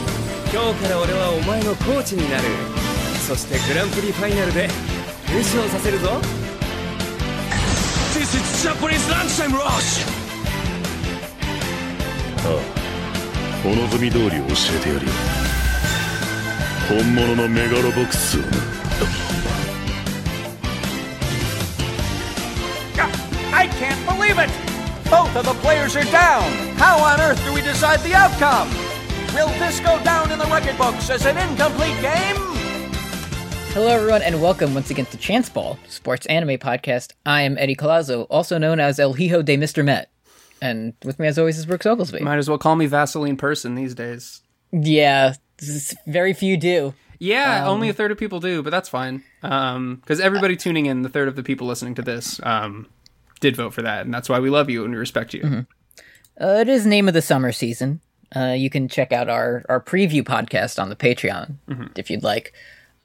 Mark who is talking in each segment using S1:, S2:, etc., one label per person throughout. S1: から俺はお前のコーチになるそしてグランプリファイナルで優勝させるぞ
S2: This is Japanese lunchtime rush!
S3: お望み通り教えてやるよ本物のメガロボックスをな
S4: I can't believe it! Both of the players are down! How on earth do we decide the outcome? Will this go down in the record books as an incomplete game?
S5: Hello, everyone, and welcome once again to Chance Ball, sports anime podcast. I am Eddie Colazo, also known as El Hijo de Mr. Met. And with me, as always, is Brooks Oglesby.
S6: Might as well call me Vaseline person these days.
S5: yeah, this is- very few do.
S6: Yeah, only a third of people do, but that's fine. Um, because everybody tuning in, the third of the people listening to this, um, did vote for that, and that's why we love you and we respect you.
S5: Uh, it is name of the summer season. Uh, you can check out our, our preview podcast on the Patreon
S6: Mm-hmm.
S5: if you'd like.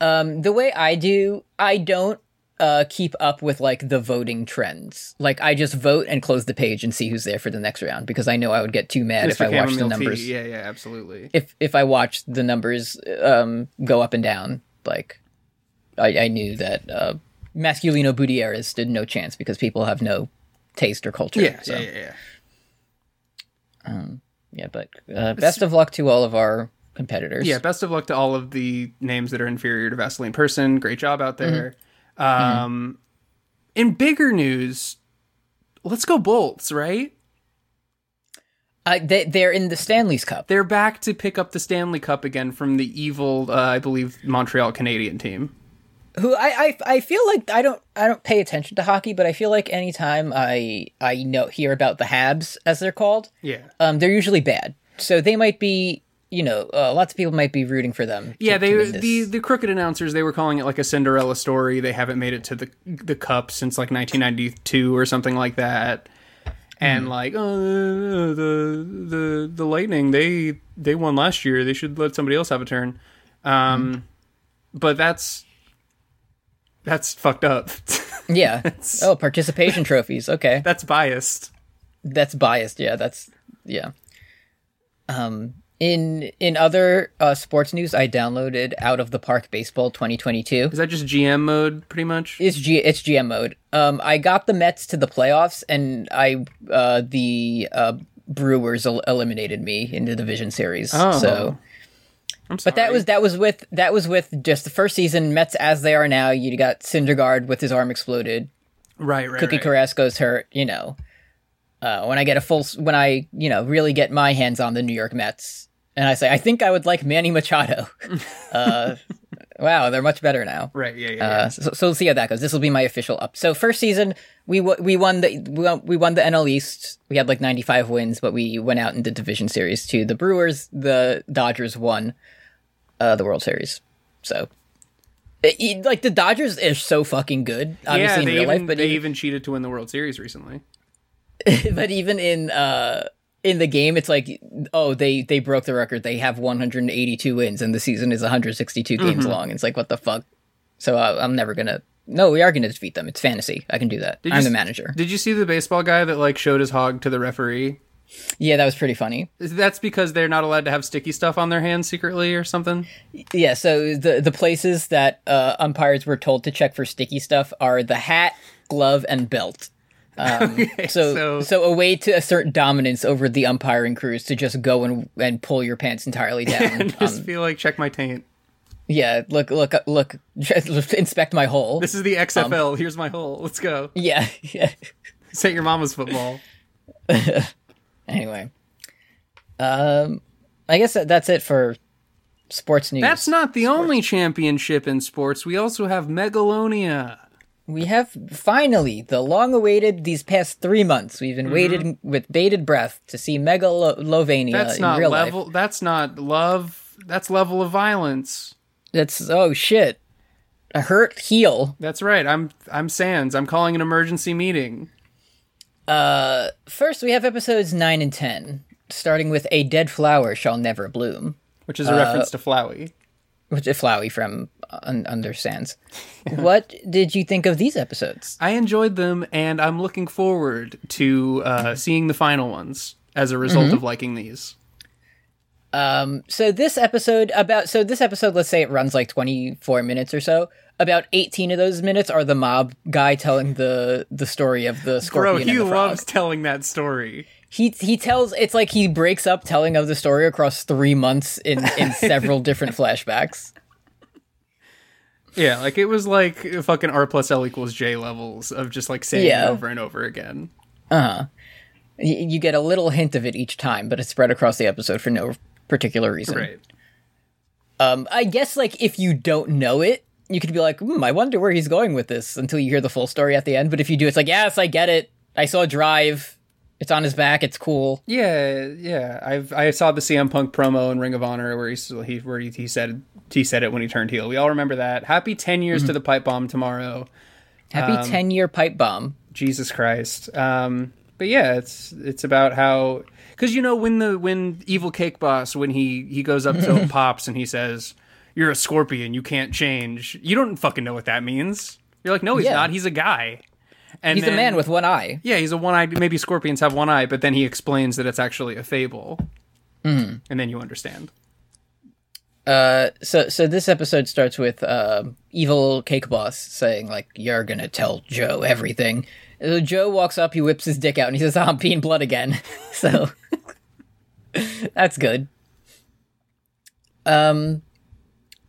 S5: Um, the way I do, I don't uh, keep up with like the voting trends. Like I just vote and close the page and see who's there for the next round because I know I would get too mad if I watched the
S6: Chamomile
S5: numbers.
S6: Tea. Yeah, yeah, absolutely.
S5: if if I watched the numbers um, go up and down, like I, I knew that uh, Masculino Budiera stood no chance because people have no taste or culture.
S6: yeah,
S5: so,
S6: yeah, yeah, yeah.
S5: yeah, But uh, best of luck to all of our competitors.
S6: Yeah, best of luck to all of the names that are inferior to Vaseline person. Great job out there. Um, in bigger news, let's go Bolts. Right,
S5: I, they, they're in the Stanley's Cup.
S6: they're back to pick up the Stanley Cup again from the evil, uh, I believe, Montreal Canadian team.
S5: who I, I I feel like I don't I don't pay attention to hockey, but I feel like anytime I I know hear about the Habs as they're called,
S6: Yeah.
S5: um, they're usually bad. So they might be. You know, uh, lots of people might be rooting for them. to-
S6: Yeah, they
S5: to win this.
S6: the the crooked announcers they were calling it like a Cinderella story. They haven't made it to the the cup since like 1992 or something like that.
S5: Hmm.
S6: And like, oh, the, the the the Lightning they they won last year. They should let somebody else have a turn. Um,
S5: Hmm.
S6: but that's that's fucked up.
S5: Yeah. oh, participation trophies. Okay.
S6: that's biased.
S5: That's biased. Yeah, that's yeah. Um in in other uh, sports news, I downloaded Out of the Park Baseball 2022.
S6: Is that just GM mode pretty much?
S5: It's G it's GM mode. Um I got the Mets to the playoffs and I uh the uh Brewers el- eliminated me in the division series.
S6: Oh.
S5: So
S6: I'm sorry.
S5: but that was that was with that was with just the first season Mets as they are now. You got Syndergaard with his arm exploded.
S6: right, right.
S5: Cookie
S6: right.
S5: Carrasco's hurt, you know. Uh, when I get a full, s- when I you know really get my hands on the New York Mets, and I say I think I would like Manny Machado. uh, wow, they're much better now.
S6: Right, yeah, yeah. yeah.
S5: Uh, so, so we'll see how that goes. This will be my official up. So first season, we w- we won the we won, we won the NL East. We had like ninety five wins, but we went out in the division series to the Brewers. The Dodgers won uh, the World Series. So, it- it- like the Dodgers are so fucking good,
S6: yeah,
S5: obviously
S6: they
S5: in real
S6: even,
S5: life, but
S6: they
S5: even-
S6: even cheated to win the World Series recently.
S5: but even in uh in the game it's like oh they they broke the record they have 182 wins and the season is 162 games
S6: Mm-hmm.
S5: long it's like what the fuck so I, i'm never gonna no we are gonna defeat them it's fantasy i can do that i'm
S6: you
S5: the
S6: s-
S5: manager
S6: Did you see the baseball guy that like showed his hog to the referee?
S5: yeah that was pretty funny
S6: That's because they're not allowed to have sticky stuff on their hands secretly or something.
S5: yeah so the the places that uh umpires were told to check for sticky stuff are the hat glove and belt um, so,
S6: so-
S5: so a way to assert dominance over the umpiring crew is to just go and and pull your pants entirely down
S6: Just feel like check my taint.
S5: Yeah, look, look, look, inspect my hole.
S6: This is the
S5: um,
S6: XFL. Here's my hole. Let's go.
S5: yeah, yeah.
S6: Say your mama's football.
S5: Anyway, um, I guess that, that's it for sports news.
S6: That's not the only championship in sports. We also have Megalonia.
S5: Uh, we have finally the long-awaited these past three months. We've been
S6: Mm-hmm.
S5: waiting with bated breath to see Megalovania
S6: That's
S5: in
S6: not
S5: real
S6: level.
S5: life.
S6: That's not love. That's level of violence.
S5: That's oh shit, a hurt heel.
S6: That's right. I'm I'm Sans. I'm calling an emergency meeting.
S5: First, we have episodes nine and ten, starting with "A Dead Flower Shall Never Bloom."
S6: Which
S5: Uh,
S6: is a reference to Flowey.
S5: Which is Flowey from un- understands. what did you think of these episodes?
S6: I enjoyed them, and I'm looking
S5: Mm-hmm.
S6: forward to uh, seeing the final ones as a result of liking these.
S5: Um, so this episode about so this episode, let's say it runs like twenty four minutes or so. About eighteen of those minutes are the mob guy telling the the story of the
S6: Bro,
S5: scorpion. and
S6: he
S5: the frog.
S6: loves telling that story.
S5: he he tells it's like he breaks up telling of the story across three months in in several different flashbacks.
S6: Yeah, like it was like fucking R plus L equals J levels of just like saying
S5: Yeah.
S6: it over and over again.
S5: Y- You get a little hint of it each time, but it's spread across the episode for no particular reason.
S6: Right.
S5: Um, I guess like if you don't know it, you could be like, hmm, I wonder where he's going with this until you hear the full story at the end. But if you do, it's like, yes, I get it. I saw Drive. It's on his back. It's cool.
S6: Yeah, yeah. I've I saw the CM Punk promo in Ring of Honor where he he where he, he said he said it when he turned heel. We all remember that. Happy ten
S5: Mm-hmm.
S6: years to the pipe bomb tomorrow.
S5: Happy ten year pipe bomb.
S6: Jesus Christ. Um, but yeah, it's it's about how because you know when the when evil cake boss when he he goes up to pops and he says you're a scorpion you can't change you don't fucking know what that means you're like no he's
S5: Yeah.
S6: not he's a guy and
S5: He's a
S6: then-
S5: man with one eye.
S6: yeah he's a one eyed maybe scorpions have one eye but then he explains that it's actually a fable
S5: Mm-hmm.
S6: and then you understand
S5: Uh, so so this episode starts with um evil cake boss saying like you're gonna tell joe everything so joe walks up he whips his dick out and he says i'm peeing blood again so that's good um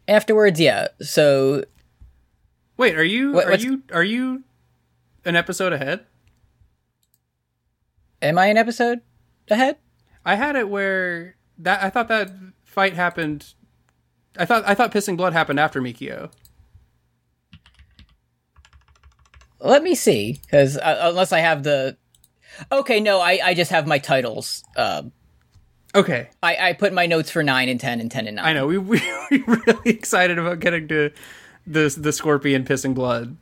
S5: afterwards yeah so
S6: wait are you
S5: What-
S6: are
S5: what's-
S6: you are you an episode ahead
S5: am i an episode ahead
S6: I had it where that I thought that fight happened. I thought I thought pissing blood happened after Mikio.
S5: let me see because uh, unless i have the okay no i i just have my titles um
S6: Okay,
S5: I, I put my notes for 9 and 10 and 10 and 9
S6: I know we we we really excited about getting to the the scorpion pissing blood,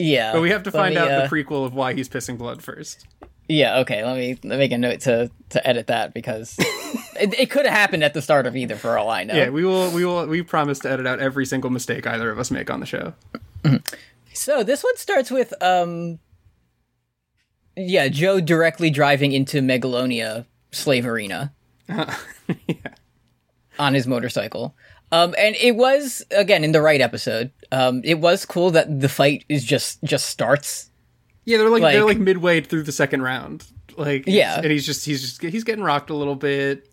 S5: yeah
S6: but we have to
S5: let
S6: find
S5: me,
S6: out
S5: uh,
S6: the prequel of why he's pissing blood first.
S5: Yeah, okay. Let me let me make a note to to edit that because it, it could have happened at the start of either for all I know.
S6: Yeah, we will we will we promise to edit out every single mistake either of us make on the show.
S5: So this one starts with um yeah, Joe directly driving into Megalonia slave arena. On his motorcycle. Um and it was again in the right episode. Um it was cool that the fight is just just starts.
S6: Yeah, they're like, they're
S5: Like-
S6: like midway through the second round. Like
S5: Yeah.
S6: and he's just he's just he's getting rocked a little bit.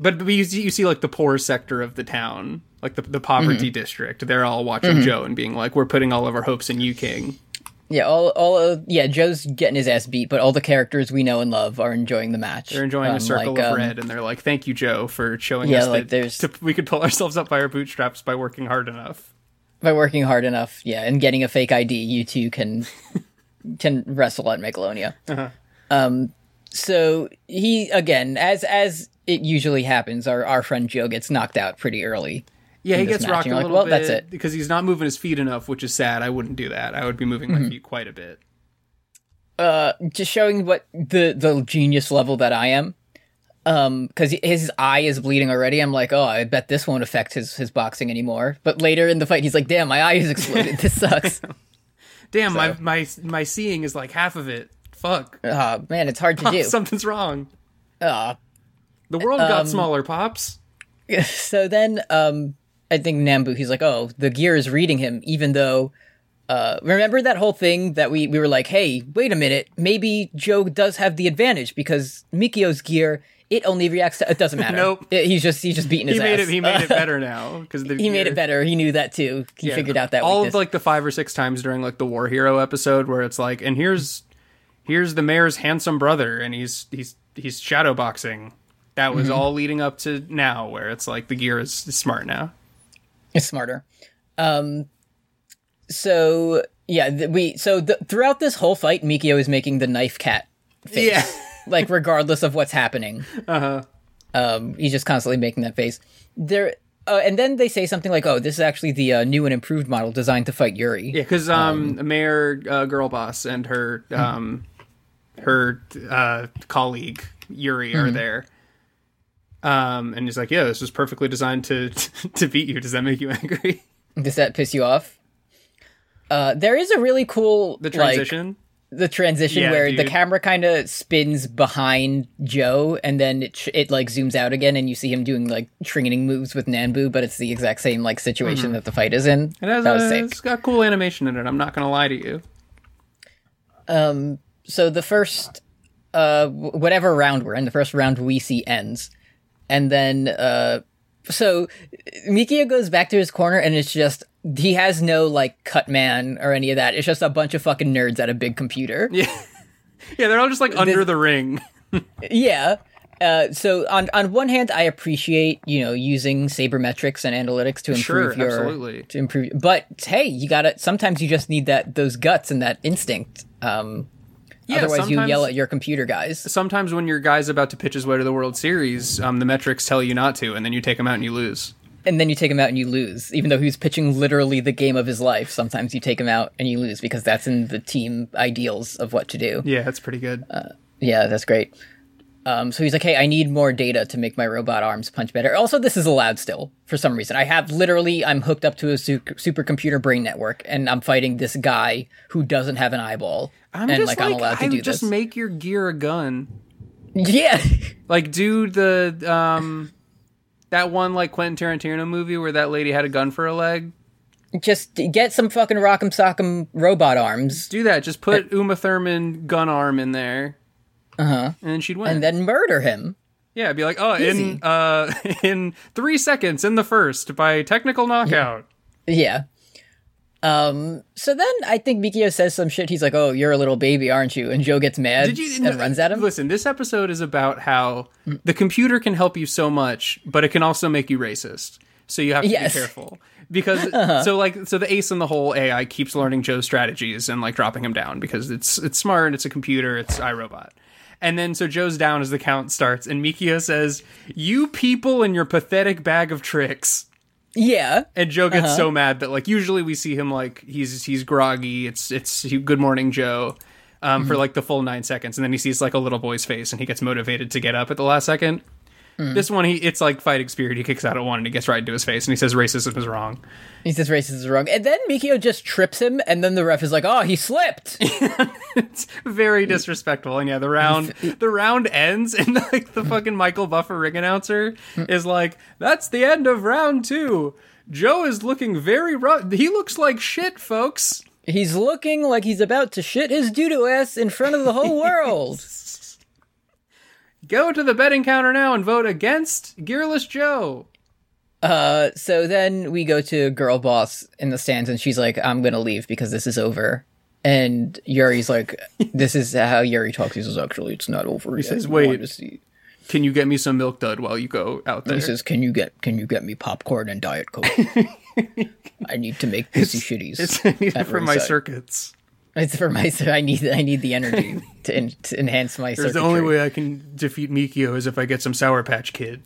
S6: But we- you see, you see like the poor sector of the town, like the the poverty
S5: Mm-hmm.
S6: district. They're all watching Joe and being like, "We're putting all of our hopes in you, King."
S5: Yeah, all all uh, yeah, Joe's getting his ass beat, but all the characters we know and love are enjoying the match.
S6: They're enjoying
S5: Um,
S6: a circle
S5: like,
S6: of
S5: um,
S6: red, and they're like, "Thank you, Joe, for showing
S5: Yeah,
S6: us
S5: like,
S6: that
S5: there's-
S6: to- we could pull ourselves up by our bootstraps by working hard enough."
S5: by working hard enough, yeah, and getting a fake ID, you too can can wrestle at Megalonia. Um, so he again, as as it usually happens, our our friend Joe gets knocked out pretty early.
S6: Yeah, he
S5: this
S6: gets
S5: match,
S6: rocked
S5: and
S6: a
S5: you're
S6: little
S5: like, "Well,
S6: bit
S5: that's it."
S6: because he's not moving his feet enough, which is sad. I wouldn't do that. I would be moving
S5: Mm-hmm.
S6: my feet quite a bit.
S5: Just showing what the the genius level that I am. Um, because his eye is bleeding already. I'm like, oh, I bet this won't affect his his boxing anymore. But later in the fight, he's like, damn, my eye is exploded. This sucks.
S6: Damn, my my my seeing is like half of it. Fuck.
S5: oh man, it's hard to do. Uh,
S6: Something's wrong. the world
S5: um,
S6: got smaller, Pops.
S5: so then um i think nambu he's like oh the gear is reading him even though uh remember that whole thing that we we were like hey wait a minute maybe joe does have the advantage because mikio's gear it only reacts to it doesn't matter
S6: Nope.
S5: It- he's just he's just beating his
S6: He made
S5: ass
S6: it. He made it better now because
S5: He made it better he knew that too he figured out that
S6: all
S5: weakness.
S6: of like the five or six times during like the War Hero episode where it's like, and here's here's the mayor's handsome brother, and he's he's he's shadow boxing. That
S5: Mm-hmm.
S6: was all leading up to now, where it's like the gear is, is smart now.
S5: It's smarter. Um, so yeah, th- we so th throughout this whole fight, Mikio is making the knife cat face,
S6: Yeah.
S5: like regardless of what's happening. Uh
S6: Uh-huh.
S5: huh. Um, he's just constantly making that face. There, uh, and then they say something like, "Oh, this is actually the uh, new and improved model designed to fight Yuri."
S6: Yeah, because um, Mayor uh, Girl Boss and her um, her uh, colleague Yuri are there, um, and he's like, "Yeah, this was perfectly designed to to beat you. Does that make you angry?"
S5: Does that piss you off? Uh, there is a really cool
S6: The
S5: like,
S6: transition.
S5: the transition
S6: Yeah,
S5: where the
S6: dude.
S5: camera kind of spins behind Joe and then it sh- it like zooms out again and you see him doing like training moves with Nanbu, but it's the exact same like situation that the fight is in.
S6: It has
S5: that was
S6: Mm-hmm. a,
S5: sick.
S6: it's got cool animation in it. I'm not gonna lie to you.
S5: so the first uh w- whatever round we're in the first round we see ends and then uh so Mikio goes back to his corner and it's just he has no like cut man or any of that it's just a bunch of fucking nerds at a big computer yeah,
S6: Yeah, they're all just like under the ring.
S5: Uh, so on on one hand, I appreciate you know using sabermetrics and analytics to
S6: Sure,
S5: improve your
S6: absolutely.
S5: to improve, but hey, you gotta sometimes you just need that those guts and that instinct. Um,
S6: Yeah,
S5: otherwise, you yell
S6: sometimes-
S5: at your computer guys.
S6: Sometimes when your guy's about to pitch his way to the World Series, um, the metrics tell you not to, and then you take him out and you lose.
S5: and then you take him out and you lose even though he's pitching literally the game of his life sometimes you take him out and you lose because that's in the team ideals of what to do yeah,
S6: Yeah, that's pretty good.
S5: that's great um, so he's like hey i need more data to make my robot arms punch better also this is allowed still for some reason i have literally i'm hooked up to a su- supercomputer brain network and i'm fighting this guy who doesn't have an eyeball
S6: I'm
S5: and
S6: just
S5: like,
S6: like,
S5: i'm allowed to
S6: I
S5: do
S6: just
S5: this
S6: make your gear a gun.
S5: yeah
S6: Like, do the um, that one like Quentin Tarantino movie where that lady had a gun for a leg.
S5: just get some fucking rock'em sock'em robot arms
S6: Do that. Just put Uma Thurman gun arm in there. Uh huh. And then she'd win.
S5: Uh-huh. and then murder him
S6: yeah, be like, oh, in
S5: Easy.
S6: uh, in three seconds in the first by technical knockout.
S5: Yeah. Um. So then I think Mikio says some shit. He's like, "Oh, you're a little baby, aren't you?" And Joe gets mad
S6: Did you
S5: and runs at him.
S6: Listen, this episode is about how the computer can help you so much, but it can also make you racist. So you have to
S5: Yes.
S6: be
S5: Uh-huh.
S6: careful because so like so the ace in the whole AI keeps learning Joe's strategies and like dropping him down because it's it's smart, it's a computer, it's iRobot. And then so Joe's down as the count starts and Mikio says, "You people and your pathetic bag of tricks."
S5: yeah.
S6: And Joe gets so mad that like usually we see him like he's he's groggy. It's it's he, Good Morning Joe um, for like the full nine seconds, and then he sees like a little boy's face, and he gets motivated to get up at the last second. This one, he it's like fighting spirit. He kicks out at one, and he gets right into his face, and he says racism is wrong.
S5: He says racism is wrong, and then Mikio just trips him, and then the ref is like, "Oh, he slipped."
S6: It's very disrespectful. And yeah, the round the round ends, and like the fucking Michael Buffer ring announcer is like, "That's the end of round two. Joe is looking very rough. He looks like shit, folks."
S5: he's looking like he's about to shit his doo ass in front of the whole world.
S6: Go to the betting counter now and vote against Gearless Joe.
S5: so then we go to girl boss in the stands, and she's like, "I'm gonna leave because this is over." And Yuri's like, "This is how Yuri talks." He says, "Actually, it's not over." He
S6: says, "Wait." Can you get me some milk dud while you go out there?
S5: He says, "Can you get can you get me popcorn and diet coke? I need to make pissy shitties.
S6: it's I need it
S5: at
S6: for my
S5: ringside.
S6: circuits.
S5: It's for my cir- I need I need the energy to, en- to enhance my
S6: There's the
S5: circuitry.
S6: only way I can defeat Mikio is if I get some Sour Patch Kid.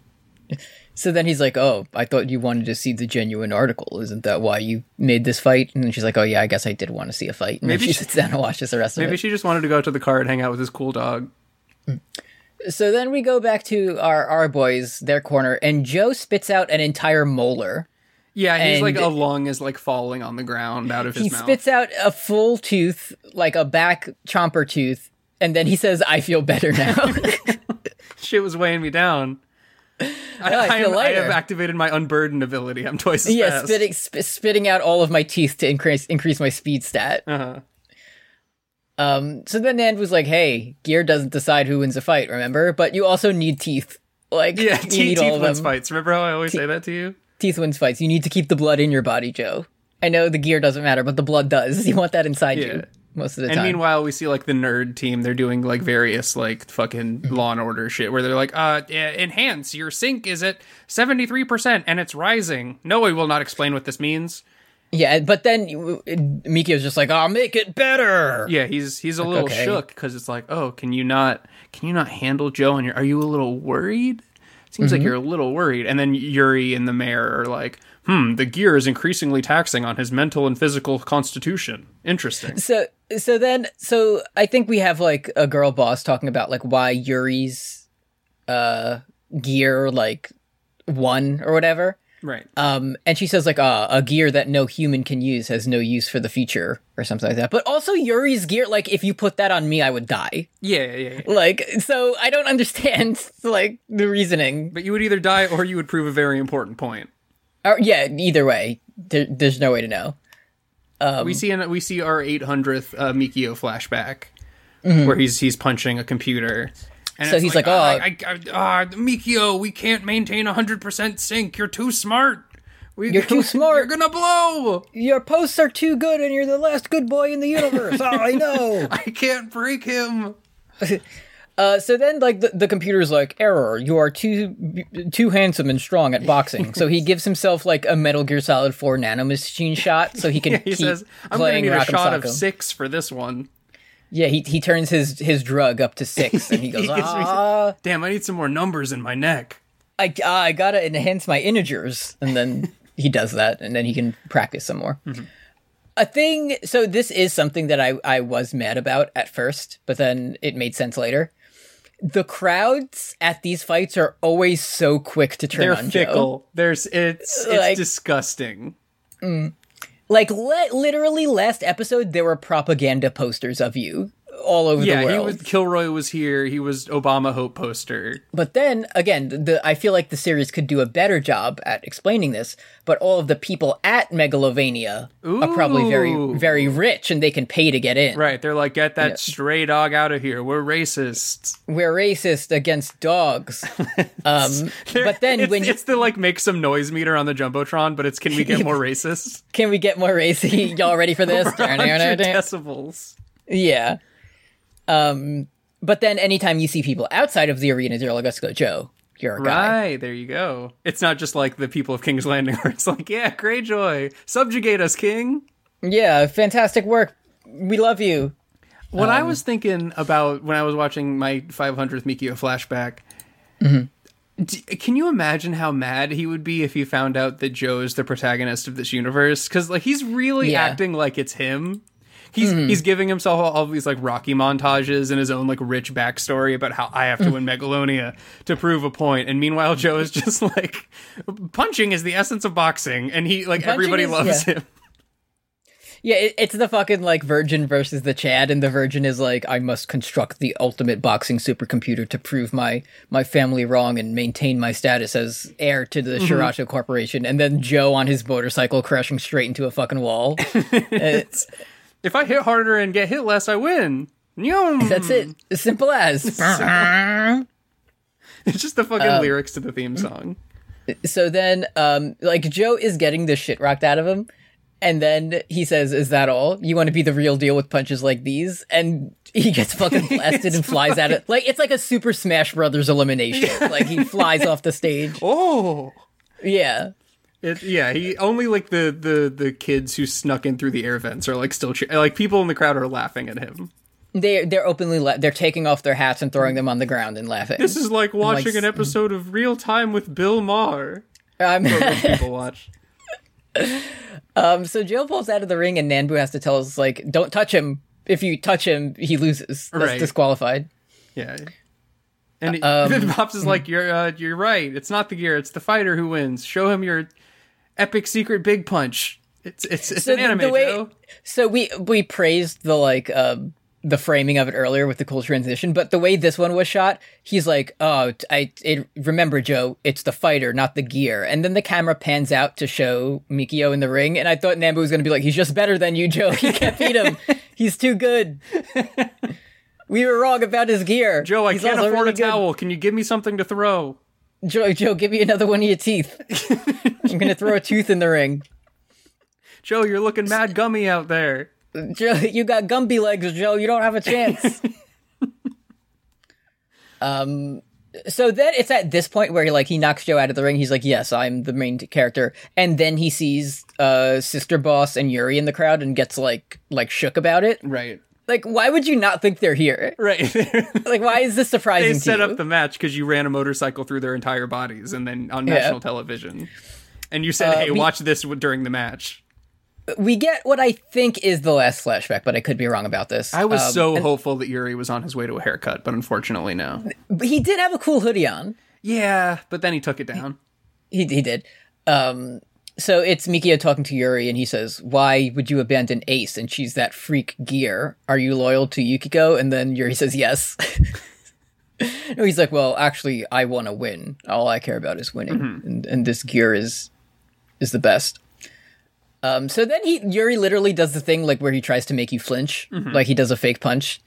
S5: So then he's like, "Oh, I thought you wanted to see the genuine article. Isn't that why you made this fight?" And then she's like, "Oh yeah, I guess I did want to see a fight." And
S6: Maybe
S5: then she
S6: she-
S5: sits down and watches the rest of
S6: Maybe
S5: it.
S6: she just wanted to go out to the car and hang out with his cool dog.
S5: so then we go back to our our boys, their corner, and Joe spits out an entire molar.
S6: Yeah, he's
S5: And-
S6: like a lung is like falling on the ground out of his
S5: he
S6: mouth.
S5: spits out a full tooth, like a back chomper tooth, and then he says, "I feel better now."
S6: Shit was weighing me down. I,
S5: I feel
S6: am- I have
S5: lighter.
S6: activated my unburden ability. I'm twice as
S5: yeah,
S6: fast.
S5: spitting sp- spitting out all of my teeth to increase increase my speed stat.
S6: Uh-huh.
S5: Um, so then Nand was like, "Hey, gear doesn't decide who wins a fight, remember? But you also need teeth. Like,
S6: Yeah,
S5: you
S6: te-
S5: need all
S6: teeth
S5: of
S6: wins
S5: them.
S6: fights. Remember how I always say that to you?
S5: Teeth wins fights. You need to keep the blood in your body, Joe. I know the gear doesn't matter, but the blood does. You want that inside
S6: Yeah.
S5: you most of the
S6: And
S5: time.
S6: meanwhile, we see like the nerd team. They're doing like various like fucking Law and Order shit, where they're like, "Uh, eh, enhance your sync is at seventy three percent and it's rising." No, we will not explain what this means.
S5: yeah, but then you- Mikio's just like, "I'll make it better."
S6: Yeah, he's he's a little
S5: okay.
S6: shook because it's like, "Oh, can you not can you not handle Joe? And you're, are you a little worried?" Seems like you're a little worried. And then Yuri and the mayor are like, "Hmm, the gear is increasingly taxing on his mental and physical constitution. Interesting."
S5: so so then so i think we have like a girl boss talking about like why yuri's uh gear like won or whatever
S6: Right.
S5: Um, and she says like uh, a gear that no human can use has no use for the future or something like that. But also Yuri's gear, like if you put that on me, I would die.
S6: yeah, yeah, yeah, yeah.
S5: Like so, I don't understand like the reasoning.
S6: But you would either die or you would prove a very important point.
S5: Or, yeah, either way, there, there's no way to know.
S6: we see an, we see our 800th uh, Mikio flashback where he's he's punching a computer. And
S5: Mm-hmm. So
S6: it's
S5: he's like,
S6: I, I, I, ah, Mikio, we can't maintain 100% sync. You're too smart. We,
S5: You're too
S6: You're
S5: smart."
S6: gonna blow.
S5: Your posts are too good, and you're the last good boy in the universe. oh, I know.
S6: I can't break him.
S5: Uh, so then, like the, the computer's like, error. You are too too handsome and strong at boxing. so he gives himself like a Metal Gear Solid Four nanomachine shot, so he can
S6: He
S5: keep
S6: says, I'm gonna
S5: playing
S6: need a
S5: Rock'em
S6: shot of
S5: Sock'em."
S6: six for this one.
S5: Yeah, he he turns his his drug up to six, and he goes,
S6: He gives me-
S5: ah,
S6: Damn, I need some more numbers in my neck.
S5: I ah, I gotta enhance my integers, and then he does that, and then he can practice some more.
S6: Mm-hmm.
S5: A thing. So this is something that I I was mad about at first, but then it made sense later. The crowds at these fights are always so quick to turn
S6: They're
S5: on Joe.
S6: fickle. There's it's it's
S5: Like-
S6: disgusting.
S5: Like le- literally last episode, there were propaganda posters of you all over the
S6: Yeah, he
S5: world.
S6: was Kilroy was here. He was Obama Hope poster.
S5: But then again, the I feel like the series could do a better job at explaining this. But all of the people at Megalovania are probably very,
S6: Ooh.
S5: very rich, and they can pay to get in.
S6: Right. They're like, get that stray dog out of here. We're racists.
S5: We're racist against dogs. um, but then
S6: it's,
S5: when you,
S6: it's the like make some noise meter on the jumbotron, but it's can we get more racist?
S5: can we get more racy? Y'all ready for this?
S6: 100 decibels.
S5: yeah. Um, but then anytime you see people outside of the arena, they're like, "Let's go, Joe. You're a guy."
S6: Right there, you go. It's not just like the people of King's Landing, where it's like, yeah, Greyjoy, subjugate us, King.
S5: Yeah, fantastic work. We love you.
S6: What
S5: Um,
S6: I was thinking about when I was watching my 500th Mikio flashback,
S5: Mm-hmm.
S6: d- can you imagine how mad he would be if he found out that Joe is the protagonist of this universe? Because like he's really
S5: Yeah. Mm-hmm.
S6: acting like it's him. He's he's giving himself all, all these like Rocky montages and his own like rich backstory about how I
S5: Mm-hmm.
S6: have to win Megalonia to prove a point, and meanwhile Joe is just like punching is the essence of boxing, and he like
S5: Punching
S6: everybody
S5: is-
S6: loves
S5: yeah.
S6: him.
S5: Yeah, it, it's the fucking like Virgin versus the Chad, and the Virgin is like, I must construct the ultimate boxing supercomputer to prove my my family wrong and maintain my status as heir to the Shirato Corporation. And then Joe on his motorcycle crashing straight into a fucking wall. Uh, It's-
S6: If I hit harder and get hit less, I win. Yum.
S5: that's it. As Simple as.
S6: It's just the fucking
S5: Um,
S6: lyrics to the theme song.
S5: so then, um, like Joe is getting the shit rocked out of him, and then he says, "Is that all? You want to be the real deal with punches like these?" And he gets fucking blasted and flies out of like it's like a Super Smash Brothers elimination. like he flies off the stage.
S6: Oh.
S5: Yeah.
S6: It, yeah, he only like the, the the kids who snuck in through the air vents are like still che- like people in the crowd are laughing at him.
S5: They they're openly la- they're taking off their hats and throwing them on the ground and laughing.
S6: This is like watching an
S5: Like,
S6: episode of Real Time with Bill Maher.
S5: um,
S6: What people watch.
S5: so Joe falls out of the ring and Nanbu has to tell us like, "Don't touch him. If you touch him, he loses. That's
S6: Right.
S5: disqualified."
S6: Yeah. And he-
S5: Uh, um,
S6: then Pops
S5: mm.
S6: is like, "You're uh, you're right. It's not the gear. It's the fighter who wins. Show him your epic secret big punch. It's it's, it's an
S5: the-
S6: anime
S5: the way-
S6: Joe.
S5: So we we praised the like um the framing of it earlier with the cool transition, but the way this one was shot, he's like, "Oh, t- I it, remember Joe, it's the fighter, not the gear." And then the camera pans out to show Mikio in the ring, and I thought Nambu was going to be like, "He's just better than you, Joe. He can't beat him. He's too good." We were wrong about his gear.
S6: Joe, I
S5: He's
S6: can't
S5: also
S6: afford
S5: really
S6: a
S5: good.
S6: towel. Can you give me something to throw?
S5: Joe, Joe, give me another one of your teeth. I'm gonna throw a tooth in the ring.
S6: Joe, you're looking mad gummy out there."
S5: Joe, you got Gumby legs, Joe. You don't have a chance. um, so then it's at this point where he like he knocks Joe out of the ring. He's like, "Yes, I'm the main character," and then he sees uh Sister Boss and Yuri in the crowd and gets like like shook about it.
S6: Right.
S5: Like, why would you not think they're here?
S6: Right.
S5: Like, why is this surprising
S6: they set
S5: to
S6: up
S5: you?
S6: the match because you ran a motorcycle through their entire bodies and then on
S5: Yeah. Uh,
S6: national television and you said hey
S5: we-
S6: watch this w- during the match
S5: we get what I think is the last flashback, but I could be wrong about this.
S6: i was
S5: Um,
S6: so hopeful that yuri was on his way to a haircut but unfortunately no
S5: but he did have a cool hoodie on.
S6: yeah but then he took it down
S5: He he did. Um, so it's Mikio talking to Yuri, and he says, "Why would you abandon Ace?" And she's that freak gear. Are you loyal to Yukiko? And then Yuri says, "Yes." no, he's like, "Well, actually, I want to win. All I care about is winning, and, and this gear is is the best." Um, so then he Yuri literally does the thing like where he tries to make you flinch, like he does a fake punch,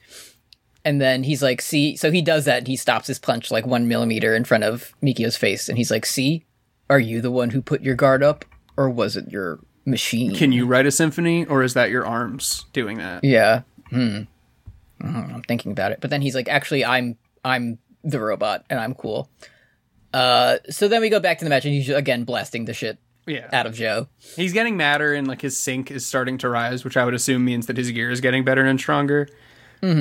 S5: and then he's like, "See." So he does that. And he stops his punch like one millimeter in front of Mikio's face, and he's like, "See." Are you the one who put your guard up, or was it your machine?
S6: Can you write a symphony, or is that your arms doing that?
S5: yeah. Hmm. I don't know, I'm thinking about it, but then he's like, "Actually, I'm I'm the robot, and I'm cool." Uh, so then we go back to the match, and he's again blasting the shit
S6: Yeah.
S5: out of Joe.
S6: He's getting madder, and like his sync is starting to rise, which I would assume means that his gear is getting better and stronger.
S5: Uh,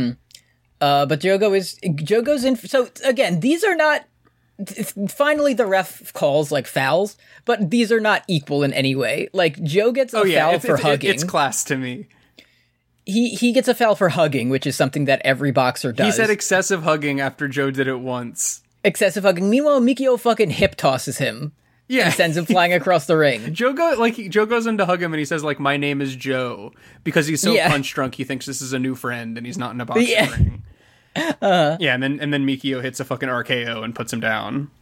S5: but Jogo is Jogo's in. So again, these are not. th- Finally, the ref calls like fouls, but these are not equal in any way. Like Joe gets a
S6: Oh yeah,
S5: foul
S6: it's,
S5: for
S6: it's,
S5: hugging.
S6: it's class to me.
S5: he he gets a foul for hugging, which is something that every boxer
S6: He
S5: does.
S6: said excessive hugging after Joe did it once.
S5: excessive hugging. Meanwhile, Mikio fucking hip tosses him,
S6: Yeah,
S5: sends him flying across the ring.
S6: Joe go like he- Joe goes in to hug him and he says like my name is Joe because he's so
S5: Yeah.
S6: punch drunk he thinks this is a new friend and he's not in a boxing
S5: Yeah. Uh-huh.
S6: ring. yeah, and then and then Mikio hits a fucking RKO and puts him down.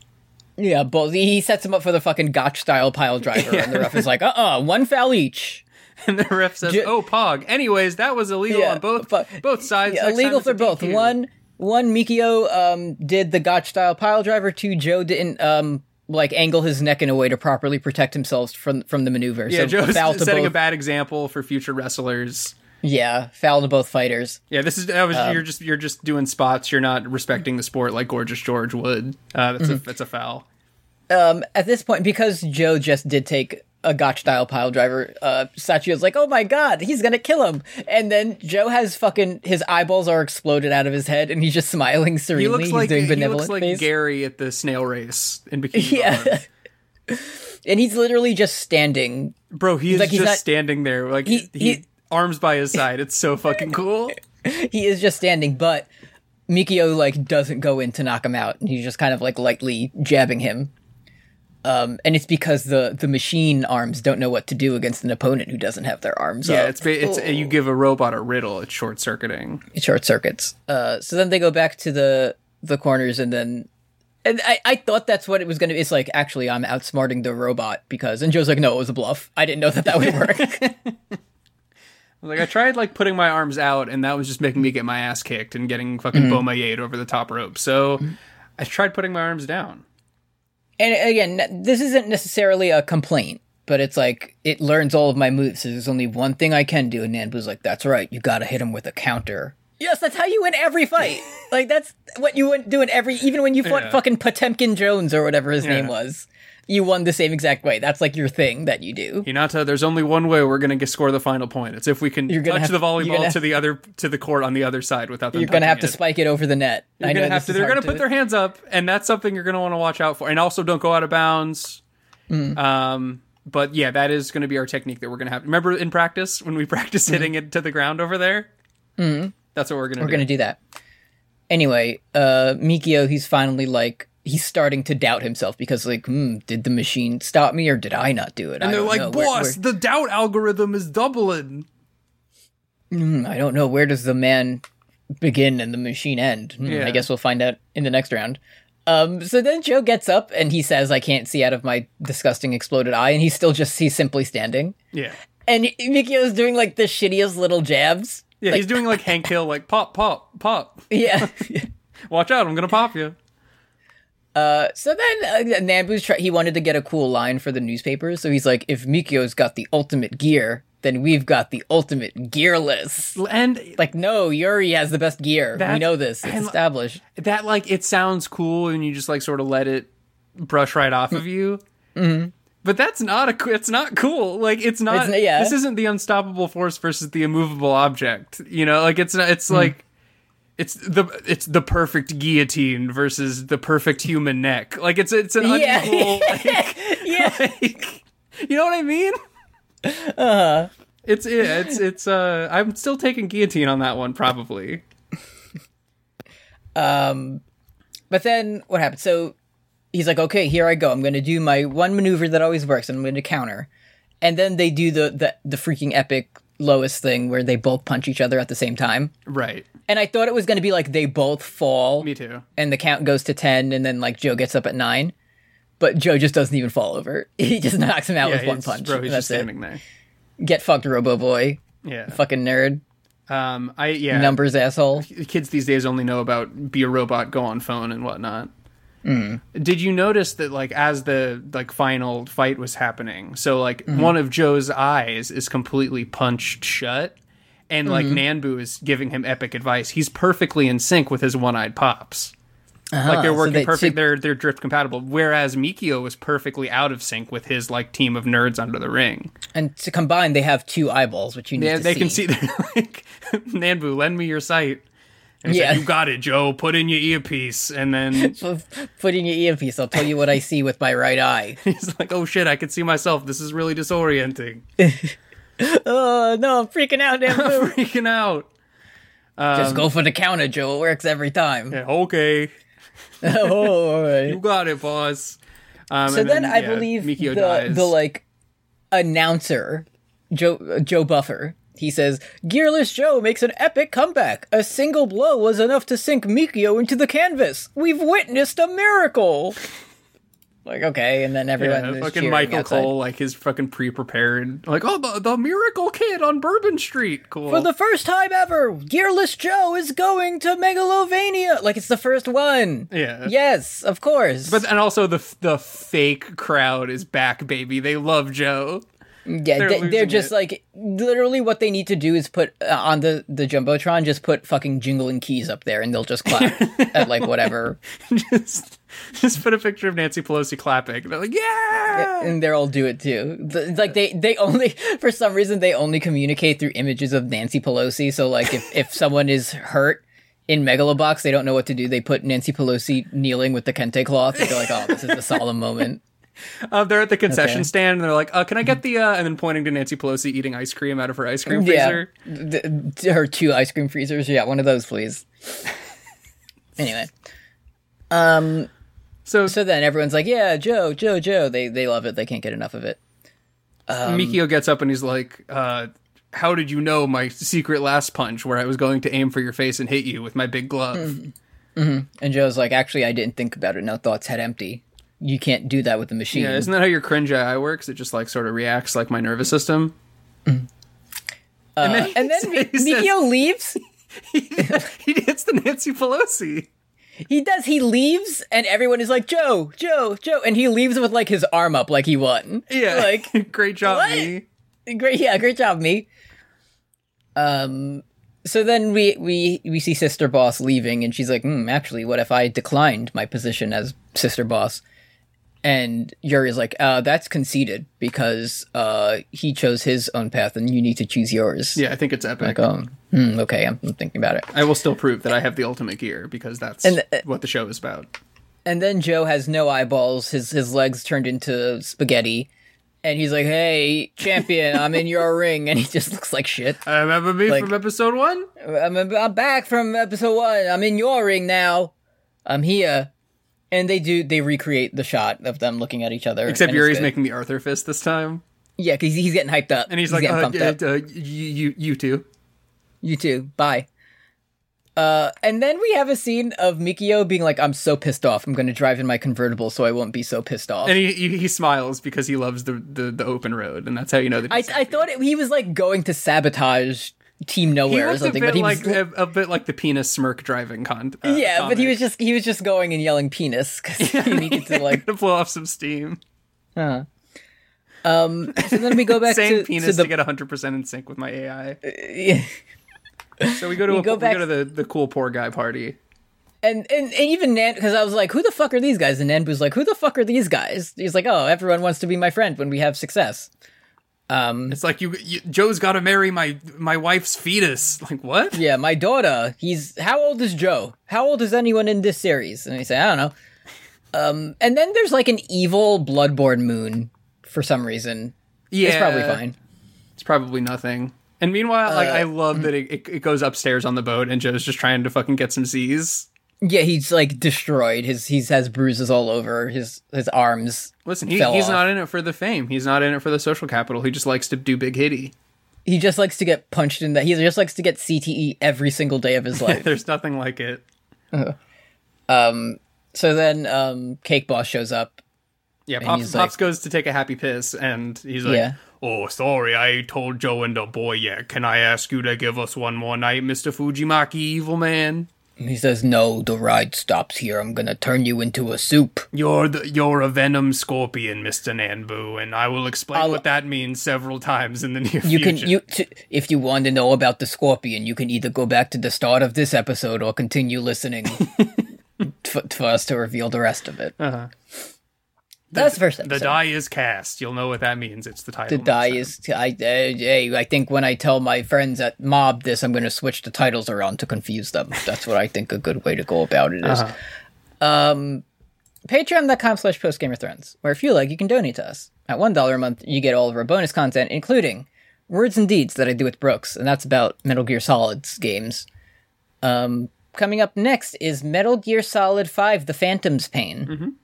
S5: Yeah, but he sets him up for the fucking gotch style pile driver, and the ref is like, uh uh one foul each.
S6: And the ref says,
S5: Jo-
S6: "Oh, Pog." Anyways, that was illegal
S5: Yeah,
S6: on both
S5: fu-
S6: both sides.
S5: Yeah,
S6: Next time
S5: illegal
S6: it's
S5: for
S6: a
S5: both.
S6: DQ.
S5: One one Mikio um did the gotch style pile driver, two Joe didn't um like angle his neck in a way to properly protect himself from from the maneuver.
S6: Yeah,
S5: so
S6: Joe's
S5: foul to
S6: setting
S5: both,
S6: a bad example for future wrestlers.
S5: Yeah, foul to both fighters.
S6: Yeah, this is that was
S5: Um,
S6: you're just you're just doing spots. You're not respecting the sport like Gorgeous George would. Uh, that's
S5: mm-hmm.
S6: a that's a foul.
S5: At this point, because Joe just did take a gotch style pile driver, uh Sachio's like, Oh my god, he's gonna kill him. And then Joe has fucking his eyeballs are exploded out of his head and he's just smiling serenely.
S6: He looks
S5: he's
S6: like
S5: doing
S6: he
S5: benevolent
S6: looks like
S5: face.
S6: Gary at the snail race in bikini. Bottom.
S5: Yeah. and he's literally just standing.
S6: Bro, he is
S5: like, he's
S6: just
S5: not-
S6: standing there, like he,
S5: He- he-
S6: arms by his side. It's so fucking cool.
S5: He is just standing, but Mikio like doesn't go in to knock him out. And he's just kind of like lightly jabbing him. Um, and it's because the the machine arms don't know what to do against an opponent who doesn't have their arms.
S6: Yeah,
S5: up.
S6: it's ba- it's you give a robot a riddle, it's short circuiting.
S5: It short circuits. Uh, so then they go back to the the corners, and then and I, I thought that's what it was going to. It's like actually I'm outsmarting the robot because and Joe's like, no, it was a bluff. I didn't know that that would work.
S6: Like I tried like putting my arms out, and that was just making me get my ass kicked and getting fucking
S5: Mm-hmm.
S6: mm. over the top rope. So I tried putting my arms down.
S5: and again, n- this isn't necessarily a complaint, but it's like it learns all of my moves. So there's only one thing I can do, and Nanbu's like, "That's right, you gotta hit him with a counter." Yes, that's how you win every fight. like that's what you would do in every, even when you fought
S6: Yeah.
S5: fucking Potemkin Jones or whatever his name
S6: Yeah.
S5: was. You won the same exact way. That's like your thing that you do.
S6: Hinata, there's only one way we're gonna get, score the final point. It's if we can touch
S5: gonna have-
S6: the
S5: you're
S6: volleyball
S5: gonna-
S6: to the other to the court on the other side without them.
S5: You're gonna
S6: touching
S5: have to
S6: it.
S5: spike it over the net. I
S6: You're
S5: know
S6: gonna have
S5: this
S6: to.
S5: is
S6: They're
S5: hard
S6: gonna put
S5: to-
S6: their hands up, and that's something you're gonna want to watch out for. And also, don't go out of bounds.
S5: Mm.
S6: Um, but yeah, that is gonna be our technique that we're gonna have. Remember in practice when we practice hitting it to the ground over there? Mm-hmm. That's what we're gonna
S5: Mm-hmm. We're
S6: do.
S5: gonna do that. Anyway, uh, Mikio, he's finally like he's starting to doubt himself because like, hmm, did the machine stop me or did I not do it? I
S6: and they're
S5: don't
S6: like,
S5: know. Where-
S6: boss,
S5: where-
S6: the doubt algorithm is doubling.
S5: hmm, I don't know where does the man begin and the machine end. Hmm,
S6: Yeah.
S5: I guess we'll find out in the next round. Um, so then Joe gets up and he says, "I can't see out of my disgusting exploded eye," and he's still just he's simply standing.
S6: Yeah,
S5: And Mikio's doing like the shittiest little jabs.
S6: yeah. he's doing like Hank Hill, like pop, pop, pop.
S5: Yeah.
S6: Watch out, I'm gonna pop you.
S5: So then uh, Nambu's try- he wanted to get a cool line for the newspaper, so he's like, if Mikio's got the ultimate gear, then we've got the ultimate gearless.
S6: And
S5: Like, no, Yuri has the best gear.
S6: That's-
S5: we know this. It's
S6: and-
S5: established.
S6: that like it sounds cool and you just like sort of let it brush right off of you but that's not a co- it's not cool like it's not
S5: Mm-hmm. It's- yeah.
S6: this isn't the unstoppable force versus the immovable object you know like it's not
S5: Mm-hmm.
S6: it's like it's the it's the perfect guillotine versus the perfect human neck like it's it's an
S5: Yeah.
S6: unequal like,
S5: Yeah.
S6: like, you know what i mean uh
S5: Uh-huh.
S6: it's yeah, it's it's uh i'm still taking guillotine on that one probably
S5: But then what happened? So he's like, okay, here I go. I'm going to do my one maneuver that always works, and I'm going to counter. And then they do the, the the freaking epic lowest thing where they both punch each other at the same time.
S6: Right.
S5: And I thought it was going to be like they both fall.
S6: Me too.
S5: And the count goes to 10, and then like Joe gets up at nine. But Joe just doesn't even fall over. He just knocks him out with one
S6: he's-
S5: punch.
S6: Bro, he's
S5: That's
S6: just
S5: it.
S6: standing there.
S5: Get fucked, Robo Boy.
S6: Yeah.
S5: Fucking nerd.
S6: Um. I yeah.
S5: Numbers asshole.
S6: kids these days only know about be a robot, go on phone, and whatnot.
S5: Mm.
S6: Did you notice that like as the like final fight was happening, so like
S5: Mm-hmm.
S6: one of Joe's eyes is completely punched shut, and like
S5: Mm-hmm.
S6: Nanbu is giving him epic advice. He's perfectly in sync with his one-eyed pops. like they're
S5: Uh-huh, so
S6: working
S5: they-
S6: perfect.
S5: so-
S6: they're they're drift compatible. Whereas Mikio was perfectly out of sync with his like team of nerds under the ring.
S5: And to combine, they have two eyeballs, which you need
S6: Yeah,
S5: to
S6: they
S5: see.
S6: can see. They're like, Nanbu, lend me your sight. And he's
S5: Yeah.
S6: like, you got it, Joe. Put in your earpiece, and then
S5: Of putting your earpiece. I'll tell you what I see with my right eye.
S6: he's like, oh shit, I can see myself. This is really disorienting.
S5: oh no, I'm freaking out, damn boo.
S6: Freaking out.
S5: Just go for the counter, Joe. It works every time.
S6: Yeah, okay,
S5: oh, all right.
S6: you got it, boss. Um,
S5: So
S6: and
S5: then, I
S6: yeah,
S5: believe
S6: Mikio
S5: the,
S6: dies.
S5: the like announcer, Joe uh, Joe Buffer. He says, "Gearless Joe makes an epic comeback. A single blow was enough to sink Mikio into the canvas. We've witnessed a miracle." Like okay, and then everyone
S6: yeah,
S5: is
S6: fucking
S5: cheering
S6: Michael
S5: outside.
S6: Cole, like his fucking pre-prepared, like oh the, the miracle kid on Bourbon Street, cool.
S5: For the first time ever, Gearless Joe is going to Megalovania. Like it's the first one.
S6: Yeah.
S5: Yes, of course.
S6: but and also the the fake crowd is back, baby. They love Joe.
S5: Yeah,
S6: They're
S5: they, they're
S6: losing
S5: just
S6: it.
S5: like literally what they need to do is put uh, on the the jumbotron, just put fucking jingling keys up there, and they'll just clap at like whatever,
S6: just just put a picture of Nancy Pelosi clapping. They're like, yeah.
S5: and they'll all do it too. The- Like they they only for some reason they only communicate through images of Nancy Pelosi. So like if if someone is hurt. In Megalobox, they don't know what to do. They put Nancy Pelosi kneeling with the kente cloth. And they're like, "Oh, this is a solemn moment."
S6: Uh, they're at the concession
S5: Okay. Mm-hmm.
S6: stand and they're like, uh, "Can I get the?" Uh, and then pointing to Nancy Pelosi eating ice cream out of her ice cream freezer.
S5: Yeah, Th- th- her two ice cream freezers. Yeah, one of those, please. anyway,
S6: So,
S5: so then everyone's like, "Yeah, Joe, Joe, Joe." They they love it. They can't get enough of it. um,
S6: Mikio gets up and he's like, uh, "How did you know my secret last punch, where I was going to aim for your face and hit you with my big glove?"
S5: Mm-hmm. And Joe's like, "Actually, I didn't think about it. No thoughts, head empty. You can't do that with the machine."
S6: Yeah, isn't that how your cringe eye works? It just like sort of reacts like my nervous system. and then,
S5: Uh, and then Mi- Mikio leaves.
S6: he hits the Nancy Pelosi.
S5: He does. He leaves, and everyone is like, "Joe, Joe, Joe," and he leaves with like his arm up, like he won.
S6: Yeah,
S5: like
S6: great job,
S5: what?
S6: me.
S5: great yeah great job me um so then we we we see sister boss leaving and she's like hmm, actually what if i declined my position as sister boss and yuri's like uh that's conceded because uh he chose his own path and you need to choose yours
S6: Yeah, I think it's epic.
S5: like um hmm, okay I'm, I'm thinking about it
S6: I will still prove that I have the ultimate gear because that's
S5: And, uh,
S6: what the show is about.
S5: and then joe has no eyeballs his his legs turned into spaghetti and he's like hey champion i'm in your ring and he just looks like shit
S6: I remember me
S5: Like-
S6: from episode one.
S5: I'm, I'm back from episode one. I'm in your ring now. I'm here. And they do, they recreate the shot of them looking at each other.
S6: Except
S5: and it's
S6: Yuri's
S5: good.
S6: making the Arthur fist this time,
S5: Yeah, because he's getting hyped up.
S6: and he's, like,
S5: getting
S6: uh,
S5: pumped
S6: uh,
S5: up.
S6: uh, you, you, you two.
S5: You too. Bye. Uh, and then we have a scene of Mikio being like, I'm so pissed off. I'm going to drive in my convertible so I won't be so pissed off.
S6: And he, he he smiles because he loves the, the, the open road, and that's how you know that.
S5: I,
S6: he's
S5: I
S6: happy.
S5: thought it, he was like going to sabotage Team
S6: he
S5: Nowhere or
S6: looked a
S5: something,
S6: bit
S5: but he
S6: like uh,
S5: was.
S6: a, a bit like the penis smirk driving con. uh,
S5: yeah, but he
S6: comic.
S5: was just he was just going and yelling penis because he needed to like
S6: to blow off some steam,
S5: So then we go back
S6: saying
S5: to,
S6: penis
S5: to
S6: to,
S5: the Uh,
S6: get hundred percent in sync with my AI. So we go to a,
S5: go
S6: we
S5: back-
S6: go to the, the cool poor guy party.
S5: and and, and even Nan because I was like, who the fuck are these guys? And Nanbu's like, who the fuck are these guys? He's like, oh, everyone wants to be my friend when we have success. Mm.
S6: It's like you, you Joe's got to marry my my wife's fetus. Like what?
S5: Yeah, my daughter. He's how old is Joe? How old is anyone in this series? And he said, I don't know. Um, and then there's like an evil Bloodborne moon for some reason.
S6: Yeah,
S5: It's probably fine.
S6: It's probably nothing.
S5: Uh, mm.
S6: And meanwhile, like I love that it, it, it goes upstairs on the boat, and Joe's just trying to fucking get some Z's.
S5: Yeah, he's like destroyed. His he has bruises all over his his arms.
S6: Listen, he,
S5: fell
S6: he's
S5: off.
S6: not in it for the fame. He's not in it for the social capital. He just likes to do big hitty.
S5: He just likes to get punched in the. He just likes to get CTE every single day of his life.
S6: There's nothing like it.
S5: so then, um, Cake Boss shows up.
S6: Yeah, Pops,
S5: he's
S6: Pops
S5: like-
S6: goes to take a happy piss, and he's like,
S5: Yeah.
S6: "Oh, sorry, I told Joe and the boy yet. Can I ask you to give us one more night, Mister Fujimaki, evil man?
S5: He says, "No, the ride stops here. I'm gonna turn you into a soup."
S6: You're the, you're a venom scorpion, Mister Nanbu, and I will explain what that means several times in the near
S5: You
S6: future.
S5: can you t- if you want to know about the scorpion, you can either go back to the start of this episode or continue listening f- for us to reveal the rest of it. Uh-huh. That's the first
S6: the
S5: episode.
S6: die is cast. You'll know what that means. It's the title.
S5: The
S6: next
S5: die
S6: time.
S5: is I uh, hey, I think when I tell my friends at Mob this, I'm going to switch the titles around to confuse them. That's what I think a good way to go about it is. Um, Patreon.com slash post Game of Thrones, where if you like, you can donate to us. At $1 a month, you get all of our bonus content, including Words and Deeds that I do with Brooks, and that's about Metal Gear Solid's games. Um, coming up next is Metal Gear Solid 5, The Phantom's Pain.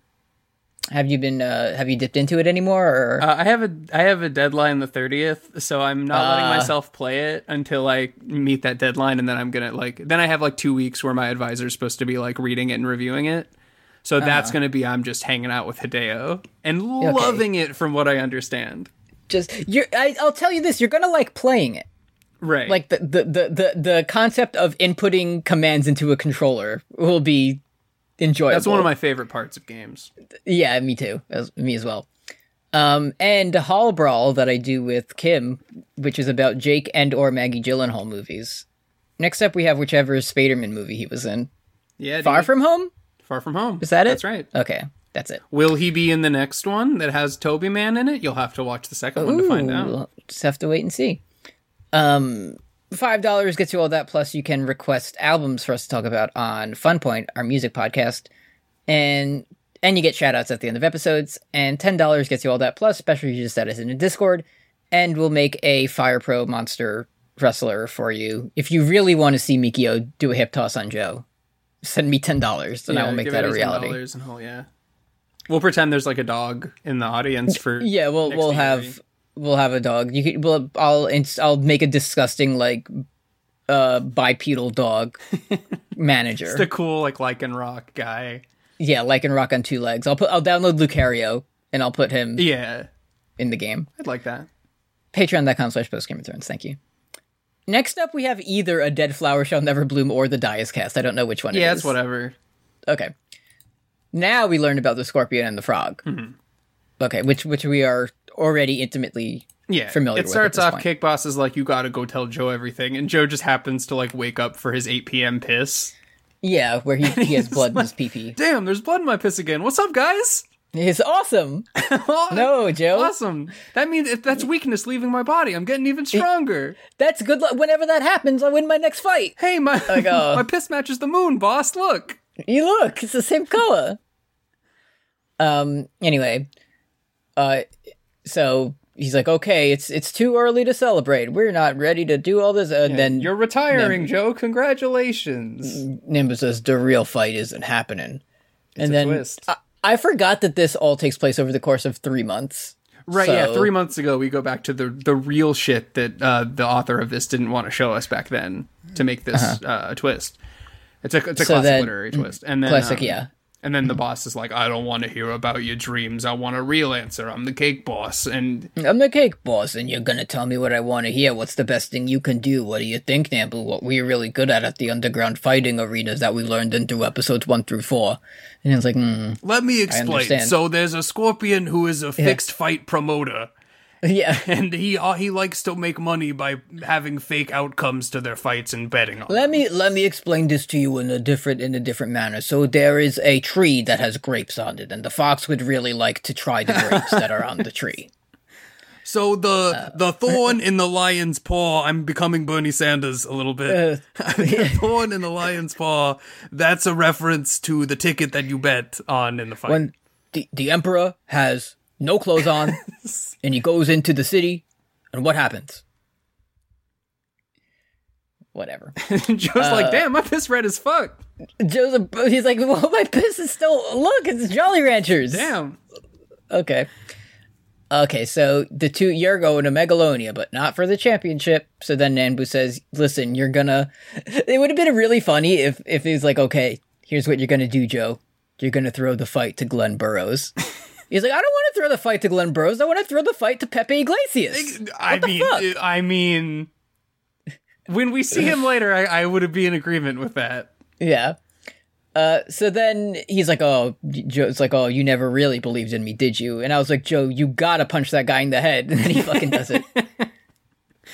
S5: Have you been, uh, have you dipped into it anymore? Or?
S6: Uh, I have a I have a deadline the thirtieth, so I'm not
S5: Ah.
S6: letting myself play it until I meet that deadline, and then I'm gonna like then I have like two weeks where my advisor's supposed to be like reading it and reviewing it. So that's
S5: Ah.
S6: gonna be I'm just hanging out with Hideo and loving it from what I understand.
S5: just you're I, i'll tell you this you're gonna like playing it
S6: Right,
S5: like the, the the the the concept of inputting commands into a controller will be enjoyable
S6: that's one of my favorite parts of games.
S5: yeah me too as, me as well um and the hall brawl that i do with kim which is about jake and or maggie gyllenhaal movies next up we have whichever spaderman movie he was in
S6: Yeah,
S5: far
S6: dude.
S5: from home
S6: far from home.
S5: is that it
S6: That's right.
S5: okay that's it
S6: Will he be in the next one that has Toby Man in it? You'll have to watch the second one to find out.
S5: We'll just have to wait and see. Um, five dollars gets you all that. Plus, you can request albums for us to talk about on Fun Point, our music podcast, and and you get shout outs at the end of episodes. And ten dollars gets you all that. Plus, special user status in the Discord, and we'll make a Fire Pro monster wrestler for you. If you really want to see Mikio do a hip toss on Joe, send me ten dollars, and I
S6: Yeah,
S5: will make
S6: give
S5: that
S6: it
S5: a reality.
S6: $10 And all, yeah. We'll pretend there's like a dog in the audience for
S5: Yeah, we'll
S6: next
S5: we'll
S6: E3.
S5: have we'll have a dog. You could, we'll I'll ins- I'll make a disgusting like uh bipedal dog manager.
S6: the cool like lichen rock guy.
S5: yeah, like in Rock on Two Legs. I'll put I'll download Lucario and I'll put him
S6: Yeah,
S5: in the game.
S6: I'd like that.
S5: Patreon.com slash post Game of Thrones. Thank you. Next up, we have either a dead flower shall never bloom or the die is cast. I don't know which one.
S6: Yeah,
S5: it is.
S6: it's whatever.
S5: Okay. Now we learned about the scorpion and the frog.
S6: Mm-hmm.
S5: Okay, which which we are already intimately
S6: Yeah,
S5: familiar
S6: It
S5: with at
S6: starts
S5: this
S6: off.
S5: point.
S6: Kick Boss is like, "You gotta go tell Joe everything," and Joe just happens to like wake up for his 8 p.m. piss.
S5: yeah, where he, he has blood in his pee pee.
S6: Damn, there's blood in my piss again. What's up, guys?
S5: It's awesome.
S6: Oh,
S5: No, Joe.
S6: awesome. That means if that's weakness leaving my body, I'm getting even stronger.
S5: That's good luck. Whenever that happens, I win my next fight.
S6: Hey, my
S5: uh,
S6: my piss matches the moon, boss. Look.
S5: You look, it's the same color. um. Anyway, uh, so he's like, okay, it's it's too early to celebrate. We're not ready to do all this. And then
S6: You're retiring, Joe. Congratulations.
S5: Nimbus says the real fight isn't happening. and
S6: a
S5: then
S6: twist.
S5: I, I forgot that this all takes place over the course of three months.
S6: Right, yeah.
S5: So-
S6: Three months ago, we go back to the the real shit that uh, the author of this didn't want to show us back then to make this uh a twist. It's a it's a
S5: Uh-huh. So
S6: classic
S5: then-
S6: literary twist, and then
S5: Classic,
S6: um,
S5: yeah.
S6: And then the boss is like, "I don't want to hear about your dreams. I want a real answer. I'm the cake boss." And
S5: I'm the cake boss, and you're gonna tell me what I want to hear. What's the best thing you can do? What do you think, Nambu? What we're really good at at the underground fighting arenas that we learned in through episodes one through four. And it's like, mm,
S6: let me explain.
S5: understand.
S6: So there's a scorpion who is a fixed fight promoter,
S5: yeah,
S6: and he uh, he likes to make money by having fake outcomes to their fights and betting on.
S5: let me let me explain this to you in a different in a different manner. So there is a tree that has grapes on it, and the fox would really like to try the grapes that are on the tree.
S6: So
S5: Uh,
S6: the the thorn in the lion's paw. I'm becoming Bernie Sanders a little bit.
S5: Uh,
S6: the thorn in the lion's paw. That's a reference to the ticket that you bet on in the fight.
S5: When the the emperor has no clothes on, and he goes into the city, and what happens? Whatever. uh,
S6: Joe's like, damn, my piss red as fuck.
S5: Joseph, he's like, well, my piss is still. Look, it's Jolly Ranchers.
S6: Damn.
S5: Okay. Okay, so the two you're going to Megalonia, but not for the championship. So then Nanbu says, "Listen, you're gonna." It would have been really funny if if he was like, "Okay, here's what you're gonna do, Joe. You're gonna throw the fight to Glenn Burrows." He's like, "I don't want to throw the fight to Glenn Burrows. I want to throw the fight to Pepe Iglesias."
S6: I
S5: the
S6: mean,
S5: fuck?
S6: I mean, when we see him later, I, I would be in agreement with that.
S5: Yeah. Uh, so then he's like, "Oh, Joe, it's like, oh, you never really believed in me, did you?" And I was like, "Joe, you gotta punch that guy in the head." And then he fucking does it.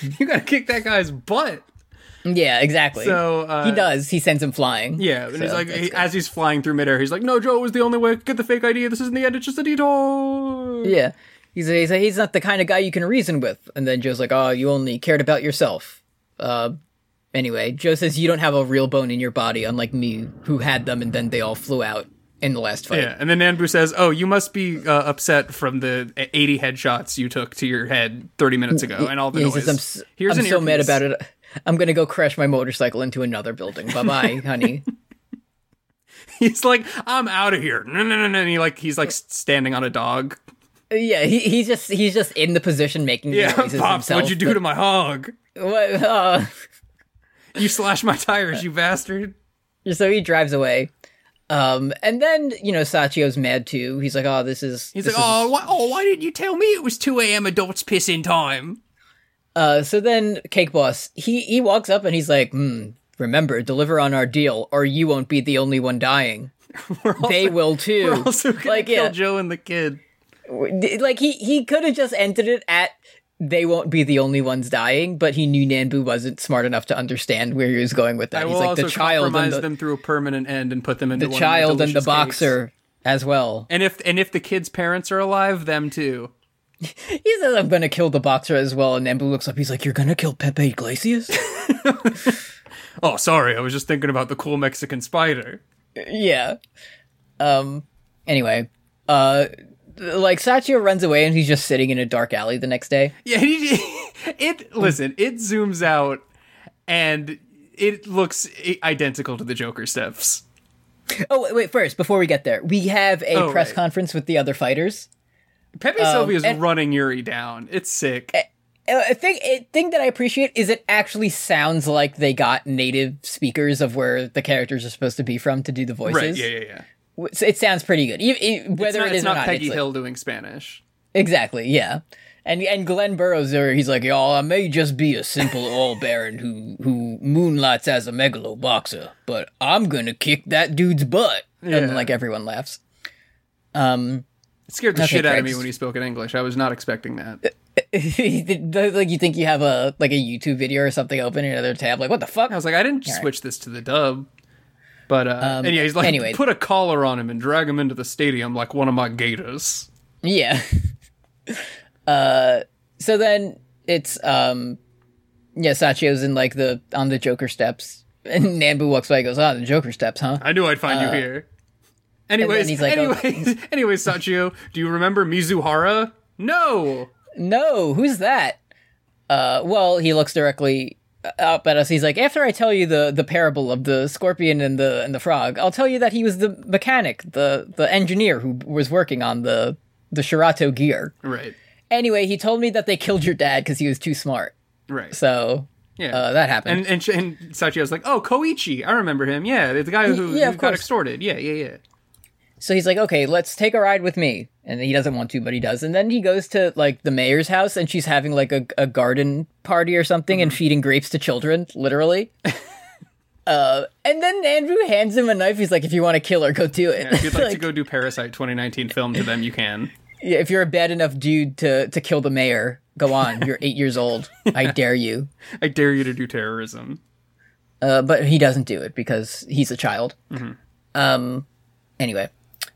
S6: You gotta kick that guy's butt.
S5: Yeah, exactly.
S6: So, uh,
S5: he does. He sends him flying.
S6: Yeah, and he's
S5: So
S6: like,
S5: that's
S6: he-
S5: good.
S6: as he's flying through midair, he's like, "No, Joe it was the only way. Get the fake idea. This isn't the end. It's just a detour."
S5: Yeah. He's, he's like, he's not the kind of guy you can reason with. And then Joe's like, oh, you only cared about yourself. Uh, anyway, Joe says, you don't have a real bone in your body, unlike me, who had them and then they all flew out in the last fight.
S6: Yeah, and then Nanbu says, "Oh, you must be uh, upset from the 80 headshots you took to your head 30 minutes ago, and all the
S5: Yeah, he
S6: noise."
S5: says, I'm, s-
S6: Here's
S5: I'm
S6: an
S5: so mad
S6: earpiece."
S5: about it. I'm going to go crash my motorcycle into another building. Bye bye, honey.
S6: He's like, "I'm out of here." No, no, no, no. And he like he's like s- standing on a dog.
S5: Yeah, he, he's just he's just in the position making
S6: Yeah,
S5: noises
S6: pops.
S5: himself.
S6: What'd you do to my hog?
S5: but- What, uh,
S6: You slashed my tires, you bastard.
S5: so he drives away. Um, and then, you know, Sachio's mad too. He's like, oh, this is.
S6: He's
S5: this
S6: like,
S5: is-
S6: "Oh, why, oh, why didn't you tell me it was 2 a.m. adults piss in time?" "Oh."
S5: Uh, so then Cake Boss, he he walks up and he's like, hmm, remember, deliver on our deal, or you won't be the only one dying. they will too.
S6: We're also gonna
S5: like
S6: kill
S5: yeah,
S6: Joe and the kid.
S5: d- like he he could have just ended it at they won't be the only ones dying, but he knew Nanbu wasn't smart enough to understand where he was going with that.
S6: I
S5: He's
S6: will
S5: like
S6: also
S5: the child and
S6: compromise
S5: the,
S6: them through a permanent end and put them into
S5: the
S6: one
S5: child and the
S6: delicious case.
S5: boxer as well.
S6: And if and if the kid's parents are alive, them too.
S5: He says, "I'm gonna kill the boxer as well," and Nanbu looks up. He's like, "You're gonna kill Pepe Iglesias?"
S6: Oh, sorry, I was just thinking about the cool Mexican spider.
S5: Yeah. Um anyway, uh like Sachio runs away and he's just sitting in a dark alley the next day.
S6: Yeah, he, it listen, it zooms out and it looks i- identical to the Joker steps.
S5: Oh wait, wait, first before we get there, we have a
S6: Oh,
S5: press
S6: right.
S5: conference with the other fighters.
S6: Pepe Sylvia's
S5: Um, and-
S6: running Yuri down. It's sick.
S5: Uh, A thing a thing that I appreciate is it actually sounds like they got native speakers of where the characters are supposed to be from to do the voices.
S6: Right, yeah, yeah, yeah.
S5: W- so It sounds pretty good. E- e-
S6: It's
S5: whether
S6: not,
S5: it
S6: it's
S5: is
S6: not
S5: or not,
S6: Peggy
S5: it's like-
S6: Hill doing Spanish.
S5: Exactly, yeah. And and Glenn Burrows there, he's like, Y'all, I may just be a simple all baron who who moonlights as a megalo boxer, but I'm gonna kick that dude's butt.
S6: Yeah.
S5: And like everyone laughs.
S6: It scared the
S5: Okay,
S6: shit out of
S5: Craig's-
S6: me when he spoke in English. I was not expecting that.
S5: like you think you have a like a YouTube video or something open in another tab, like what the fuck?
S6: I was like, I didn't switch this to the dub. But uh, and yeah, he's like,
S5: Um, anyway.
S6: put a collar on him and drag him into the stadium like one of my gators.
S5: Yeah. uh so then it's um yeah, Sachio's in like the on the Joker steps. And Nambu walks by and goes, Ah, the Joker steps, huh?
S6: I knew I'd find you here. Anyways,
S5: Uh, he's like, oh,
S6: anyways, anyways, Sachio, do you remember Mizuhara? No.
S5: no, who's that? Uh, well, he looks directly uh, up at us. He's like, after I tell you the, the parable of the scorpion and the and the frog, I'll tell you that he was the mechanic, the the engineer who was working on the the Shirato gear.
S6: Right.
S5: Anyway, he told me that they killed your dad because he was too smart.
S6: Right.
S5: So
S6: yeah.
S5: uh, that happened.
S6: and and, and Sachio's like, oh, Koichi, I remember him. Yeah, the guy who,
S5: yeah,
S6: who
S5: of
S6: got
S5: course.
S6: extorted. Yeah, yeah, yeah.
S5: So he's like, okay, let's take a ride with me. And he doesn't want to, but he does. And then he goes to like the mayor's house and she's having like a, a garden party or something
S6: Mm-hmm.
S5: and feeding grapes to children, literally. uh, and then Andrew hands him a knife. He's like, if you want to kill her, go do it.
S6: If you'd like, to
S5: Like,
S6: go do Parasite 2019 film to them, you can.
S5: yeah, if you're a bad enough dude to, to kill the mayor, go on. You're eight years old. I dare you.
S6: I dare you to do terrorism.
S5: Uh, but he doesn't do it because he's a child. Um,
S6: Mm-hmm.
S5: anyway, uh,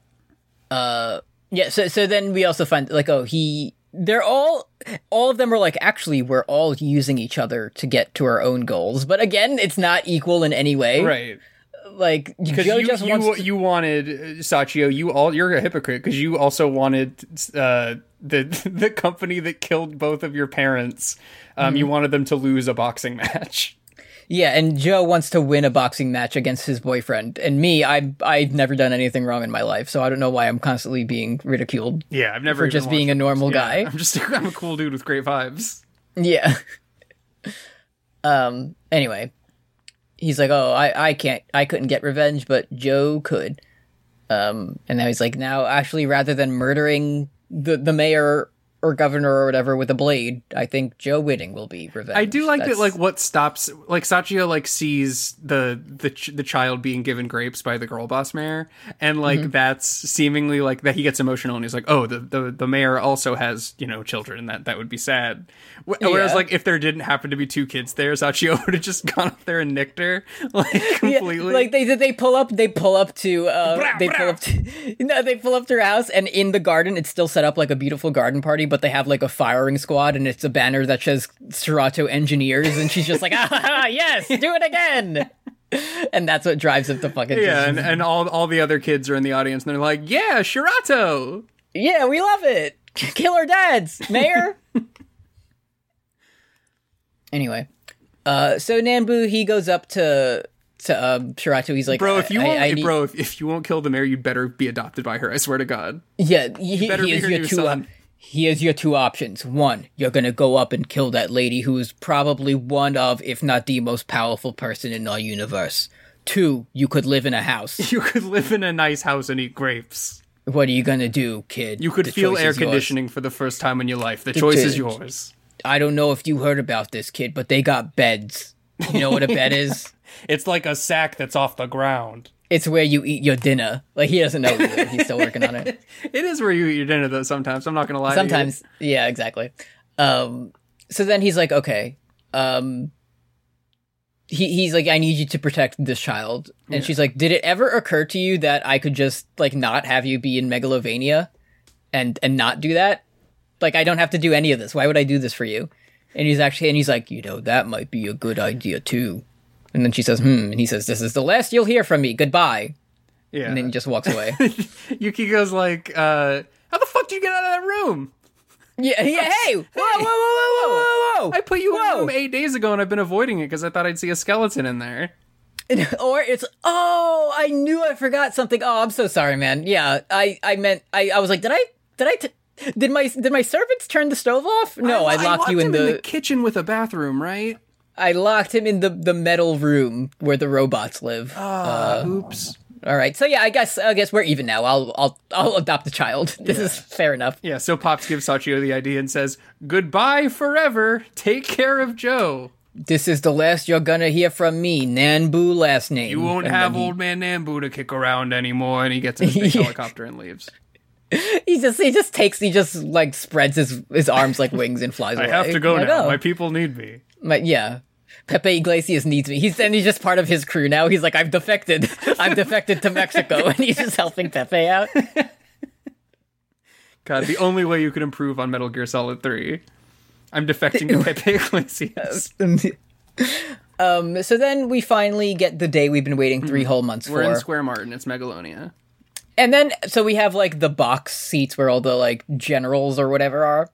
S5: yeah. So so then we also find like oh he they're all all of them are like actually we're all using each other to get to our own goals. But again, it's not equal in any way.
S6: Right.
S5: Like
S6: Because
S5: Joe
S6: you,
S5: just
S6: you,
S5: wants. to-
S6: you wanted uh, Sachio. You all you're a hypocrite because you also wanted uh, the the Mm-hmm. company that killed both of your parents. Um, You wanted them to lose a boxing match.
S5: Yeah, and Joe wants to win a boxing match against his boyfriend, and me, I I've never done anything wrong in my life, so I don't know why I'm constantly being ridiculed
S6: Yeah, I've never
S5: for
S6: even
S5: just being
S6: watched
S5: a
S6: it.
S5: normal
S6: Yeah,
S5: guy.
S6: I'm just I'm a cool dude with great vibes.
S5: Yeah. um. Anyway, he's like, "Oh, I, I can't, I couldn't get revenge, but Joe could." Um. And now he's like, "Now, actually, rather than murdering the the mayor or governor or whatever with a blade, I think Joe winning will be revenge."
S6: I do like
S5: That's-
S6: that. Like what stops? Like Sachio like sees the the ch- the child being given grapes by the girl boss mayor, and like
S5: Mm-hmm.
S6: that's seemingly like that he gets emotional and he's like, oh, the the, the mayor also has you know children. That that would be sad. Wh- Whereas
S5: Yeah.
S6: like if there didn't happen to be two kids there, Sachio would have just gone up there and nicked her like
S5: Yeah,
S6: completely.
S5: like they they pull up they pull up to uh they pull up to no they pull up to her house and in the garden it's still set up like a beautiful garden party but they have like a firing squad and it's a banner that says Serato Engineers and she's just like ah ha, ha, yes do it again and that's what drives up the fucking
S6: yeah, and, and all all the other kids are in the audience and they're like, yeah, Shirato.
S5: yeah we love it kill our dads mayor anyway uh so Nambu he goes up to to um Shirato he's like
S6: Bro, if you
S5: I-
S6: won't,
S5: I need-
S6: bro, if, if you won't kill the mayor, you'd better be adopted by her. I swear to God.
S5: Yeah, he,
S6: better
S5: he
S6: be
S5: is
S6: her
S5: your
S6: new
S5: two.
S6: son.
S5: op- he is your two options. One, you're gonna go up and kill that lady who is probably one of, if not the most powerful person in our universe. Two, you could live in a house.
S6: You could live in a nice house and eat grapes.
S5: What are you gonna do, kid?
S6: You could
S5: The
S6: feel
S5: choice
S6: air
S5: is yours.
S6: conditioning for the first time in your life. The choice is
S5: did.
S6: yours.
S5: I don't know if you heard about this, kid, but they got beds. You know what a bed is?
S6: It's like a sack that's off the ground.
S5: It's where you eat your dinner. Like he doesn't know either. He's still working on it.
S6: It is where you eat your dinner, though, sometimes. I'm not going to lie. to you.
S5: sometimes yeah exactly um so then he's like okay um he, he's like i need you to protect this child and she's like did it ever occur to you that i could just like not have you be in megalovania and and not do that like i don't have to do any of this why would i do this for you and he's actually and he's like you know that might be a good idea too and then she says hmm and he says this is the last you'll hear from me goodbye
S6: Yeah.
S5: and then he just walks away
S6: Yukiko's like, uh, how the fuck did you get out of that room?
S5: yeah, yeah hey whoa whoa whoa whoa whoa whoa
S6: I put you in a
S5: Whoa.
S6: room eight days ago and I've been avoiding it because I thought I'd see a skeleton in there.
S5: or it's oh i knew i forgot something oh i'm so sorry man yeah i i meant i i was like did i did i t- did my did my servants turn the stove off no i, locked you in
S6: him
S5: the,
S6: kitchen with a bathroom, right?
S5: i locked him in the the metal room where the robots live Ah, Uh,
S6: Oops.
S5: all right so yeah i guess i guess we're even now i'll i'll i'll adopt the child this is fair enough
S6: Yeah, so Pops gives Sachio the idea and says, goodbye forever. Take care of Joe.
S5: this is the last you're gonna hear from me nanbu last name
S6: You won't
S5: And
S6: have
S5: then he-
S6: old man Nambu to kick around anymore, and he gets in his big
S5: Yeah.
S6: helicopter and leaves.
S5: he just he just takes he just like spreads his his arms like wings and flies
S6: I
S5: away
S6: have to go
S5: Like,
S6: now.
S5: oh.
S6: My people need me.
S5: My, yeah. Pepe Iglesias needs me. He's and he's just part of his crew now. He's like, I've defected. I've defected to Mexico, and he's just helping Pepe out.
S6: God, the only way you could improve on Metal Gear Solid 3. I'm defecting to Pepe Iglesias.
S5: um. So then we finally get the day we've been waiting three whole months
S6: Mm-hmm. We're in
S5: for,
S6: Square Martin. It's Megalonia.
S5: and then so we have like the box seats where all the like generals or whatever are,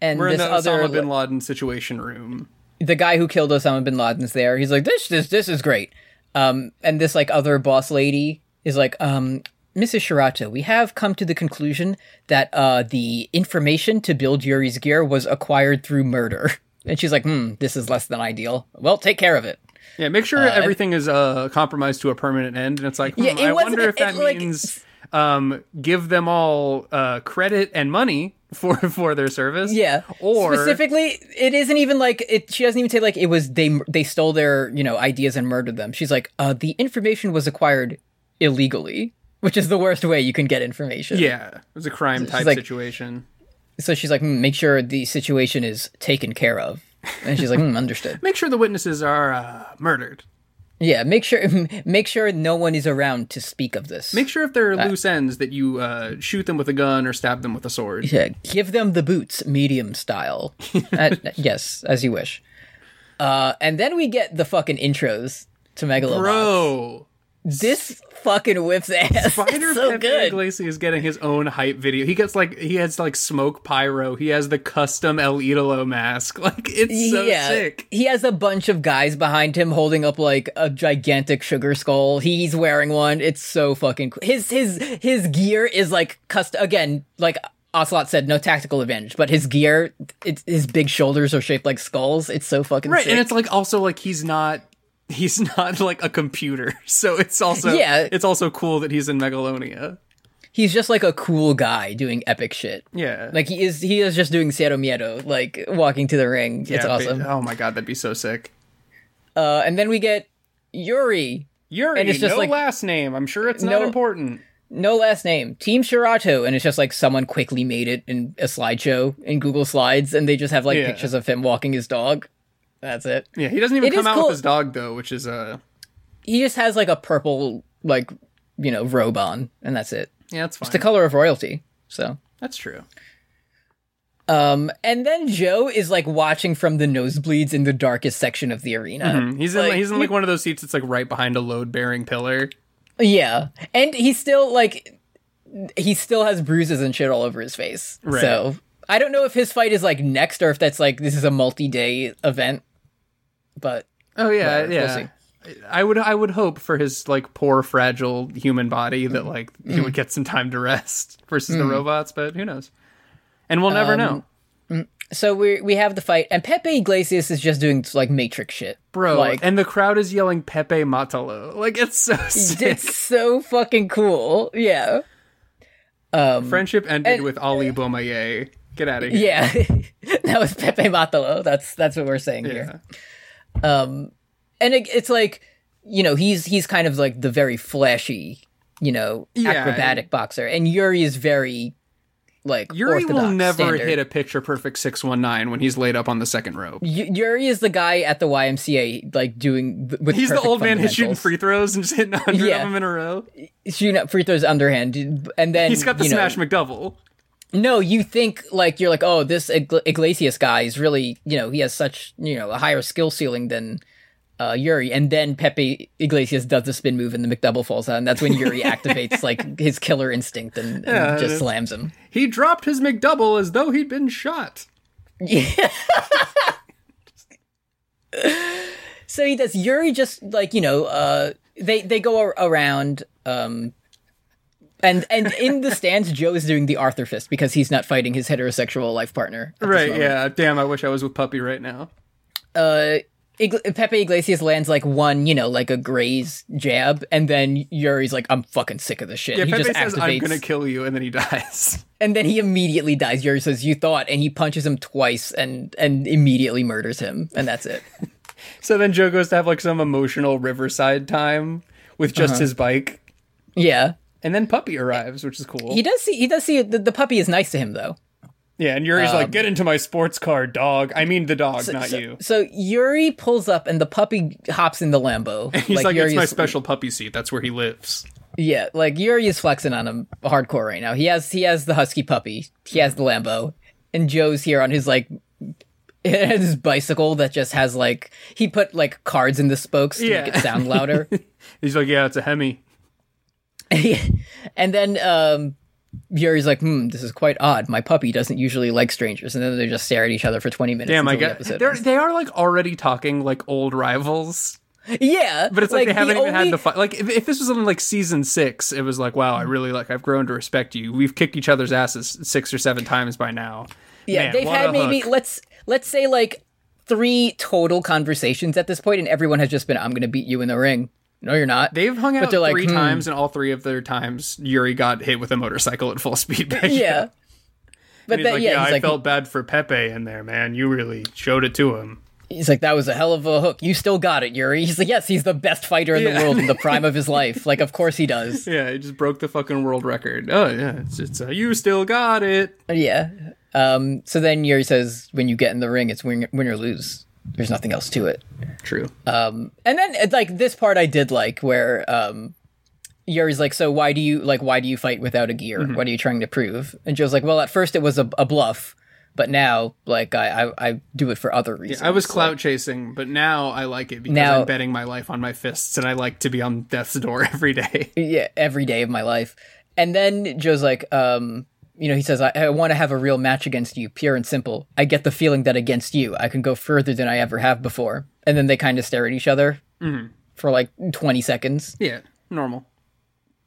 S5: and
S6: We're in
S5: this
S6: the
S5: other
S6: Osama bin Laden situation room.
S5: the guy who killed Osama bin Laden's there. He's like, this, this, this is great. Um, and this like other boss lady is like, um, Mrs. Shirato, we have come to the conclusion that uh, the information to build Yuri's gear was acquired through murder. And she's like, hmm, this is less than ideal. Well, take care of it.
S6: Yeah, make sure everything is uh, compromised to a permanent end. And it's like, hmm,
S5: Yeah, it
S6: I
S5: wasn't-
S6: wonder if that
S5: it, like,
S6: means um, give them all uh, credit and money for, for their service.
S5: Yeah.
S6: Or
S5: specifically, it isn't even like it. She doesn't even say like it was they they stole their you know ideas and murdered them. She's like, uh, the information was acquired illegally, which is the worst way you can get information.
S6: Yeah, it was a crime type
S5: like-
S6: situation.
S5: So she's like, "Hmm, make sure the situation is taken care of. And she's like, "Hmm, understood.
S6: Make sure the witnesses are uh, murdered.
S5: Yeah, make sure make sure no one is around to speak of this.
S6: Make sure if there are loose ends that you uh, shoot them with a gun or stab them with a sword.
S5: yeah, give them the boots, medium style. Uh, yes, as you wish. Uh, and then we get the fucking intros to Megalobox.
S6: Bro,
S5: this fucking whips ass.
S6: Spider
S5: It's so
S6: Pepe
S5: good.
S6: Iglesias is getting his own hype video. He gets like he has like smoke pyro. He has the custom El Idolo mask. Like it's so sick.
S5: he has a bunch of guys behind him holding up like a gigantic sugar skull. He's wearing one. It's so fucking cool. His his his gear is like custom again. Like Ocelot said, no tactical advantage, but his gear, it's, his big shoulders are shaped like skulls. It's so fucking
S6: Right,
S5: sick.
S6: and it's like also like he's not he's not like a computer. So it's also
S5: Yeah.
S6: it's also cool that he's in Megalonia.
S5: he's just like a cool guy doing epic shit.
S6: Yeah.
S5: Like he is, he is just doing Cero Miedo, like walking to the ring. it's
S6: Yeah,
S5: awesome.
S6: but- oh my god, that'd be so sick.
S5: Uh, and then we get Yuri,
S6: Yuri,
S5: And it's just
S6: no
S5: like-
S6: last name. I'm sure it's not
S5: No-
S6: important.
S5: no last name, Team Shirato, and it's just like someone quickly made it in a slideshow in Google Slides, and they just have like
S6: Yeah.
S5: pictures of him walking his dog. That's it.
S6: Yeah, he doesn't even
S5: It is
S6: come out
S5: cool-
S6: with his dog though, which is uh
S5: He just has like a purple, like you know, robe on, and that's it.
S6: yeah, that's fine.
S5: It's the color of royalty. So,
S6: that's true.
S5: um, and then Joe is like watching from the nosebleeds in the darkest section of the arena.
S6: He's in
S5: Like,
S6: like, he's in like one of those seats that's like right behind a load bearing pillar.
S5: Yeah, and he's still like, he still has bruises and shit all over his face.
S6: Right.
S5: So I don't know if his fight is like next or if that's like this is a multi-day event. But
S6: Oh yeah,
S5: Whatever,
S6: yeah.
S5: we'll
S6: I would I would hope for his like poor fragile human body that like he
S5: Mm.
S6: would get some time to rest versus the robots, but who knows? And we'll
S5: Um,
S6: never know,
S5: so we we have the fight, and Pepe Iglesias is just doing like Matrix shit,
S6: bro.
S5: Like
S6: and the crowd is yelling Pepe Matalo, like it's so sick.
S5: it's so fucking cool. Yeah,
S6: Friendship ended
S5: and-
S6: with Ali Bomaye. Get out of here.
S5: yeah. that was Pepe Matalo. That's that's what we're saying here. Um, and it, it's like you know he's he's kind of like the very flashy you know
S6: Yeah,
S5: acrobatic boxer and yuri is very like
S6: Yuri will
S5: orthodox,
S6: never
S5: standard.
S6: hit a picture perfect six one nine when he's laid up on the second rope.
S5: Y- Yuri is the guy at the YMCA, like doing th- with
S6: He's the
S5: perfect
S6: old man who's shooting
S5: fundamentals.
S6: free throws and just hitting hundred
S5: Yeah.
S6: of them in a row.
S5: shooting up free throws underhand, and then
S6: He's got the
S5: you know-
S6: smash McDouble.
S5: No, you think like you're like, oh, this Igl- Iglesias guy is really, you know, he has such, you know, a higher skill ceiling than uh, Yuri, and then Pepe Iglesias does the spin move and the McDouble falls out, and that's when Yuri activates like his killer instinct and, and just slams him.
S6: He dropped his McDouble as though he'd been shot.
S5: So he does. Yuri just like you know, uh, they they go ar- around. Um, and and in the stands, Joe is doing the Arthur fist because he's not fighting his heterosexual life partner. at this
S6: Right,
S5: moment.
S6: yeah. Damn, I wish I was with Puppy right now.
S5: uh, Igl- Pepe Iglesias lands like one, you know, like a graze jab, and then Yuri's like, "I'm fucking sick of this shit."
S6: Yeah,
S5: he
S6: Pepe
S5: just
S6: says, I'm
S5: activates,
S6: gonna kill you, and then he dies.
S5: and then he immediately dies. Yuri says, "You thought," and he punches him twice, and and immediately murders him, and that's it.
S6: so then Joe goes to have like some emotional riverside time with
S5: Uh-huh.
S6: just his bike.
S5: yeah,
S6: And then Puppy arrives, which is cool.
S5: he does see he does see the, the puppy is nice to him though.
S6: yeah, and Yuri's like, get into my sports car, dog. I mean the dog, not
S5: Um, so,
S6: you.
S5: So Yuri pulls up, and the puppy hops in the Lambo.
S6: He's like, it's my
S5: is-
S6: special puppy seat. That's where he lives.
S5: Yeah, like Yuri is flexing on him hardcore right now. He has he has the husky puppy, he has the Lambo, and Joe's here on his like his bicycle that just has like he put like cards in the spokes to
S6: Yeah.
S5: make it sound louder.
S6: He's like, yeah, it's a Hemi.
S5: and then um Yuri's like, hmm, this is quite odd. My puppy doesn't usually like strangers, and then they just stare at each other for twenty minutes.
S6: Damn, I
S5: until the
S6: got.
S5: episode
S6: They're,
S5: ends.
S6: they are like already talking like old rivals.
S5: Yeah,
S6: But it's like, they
S5: the
S6: haven't even
S5: only-
S6: had the fight. Like if, if this was something like season six, it was like, wow, I really like I've grown to respect you. We've kicked each other's asses six or seven times by now.
S5: Yeah,
S6: Man,
S5: they've
S6: what
S5: had
S6: a
S5: maybe
S6: hook.
S5: let's let's say like three total conversations at this point, and everyone has just been, "I'm going to beat you in the ring." No, you're not.
S6: They've hung out
S5: they're like,
S6: three
S5: hmm.
S6: times, and all three of their times, Yuri got hit with a motorcycle at full speed. Back
S5: yeah. But
S6: he's
S5: that,
S6: like,
S5: yeah,
S6: yeah, I
S5: he's like,
S6: felt bad for Pepe in there, man. You really showed it to him.
S5: he's like, that was a hell of a hook. You still got it, Yuri. He's like, yes, he's the best fighter in the
S6: Yeah.
S5: world in the prime of his life. Like, of course he does.
S6: Yeah, he just broke the fucking world record. Oh yeah, it's, it's uh, you still got it.
S5: Yeah. Um. So then Yuri says, when you get in the ring, it's win, win or lose. There's nothing else to it.
S6: True.
S5: And then it's like this part I did like where um Yuri's like, so why do
S6: Mm-hmm.
S5: you like why do you fight without a gear? What are you trying to prove? And Joe's like, well, at first it was a, a bluff, But now, like I, I, I do it for other reasons.
S6: I was clout chasing, but now I like it because
S5: Now-
S6: I'm betting my life on my fists, and I like to be on death's door every day.
S5: yeah, every day of my life. And then Joe's like, um, you know, he says, I, I want to have a real match against you, pure and simple. I get the feeling that against you, I can go further than I ever have before. And then they kind of stare at each other
S6: Mm-hmm.
S5: for like 20 seconds.
S6: yeah, normal,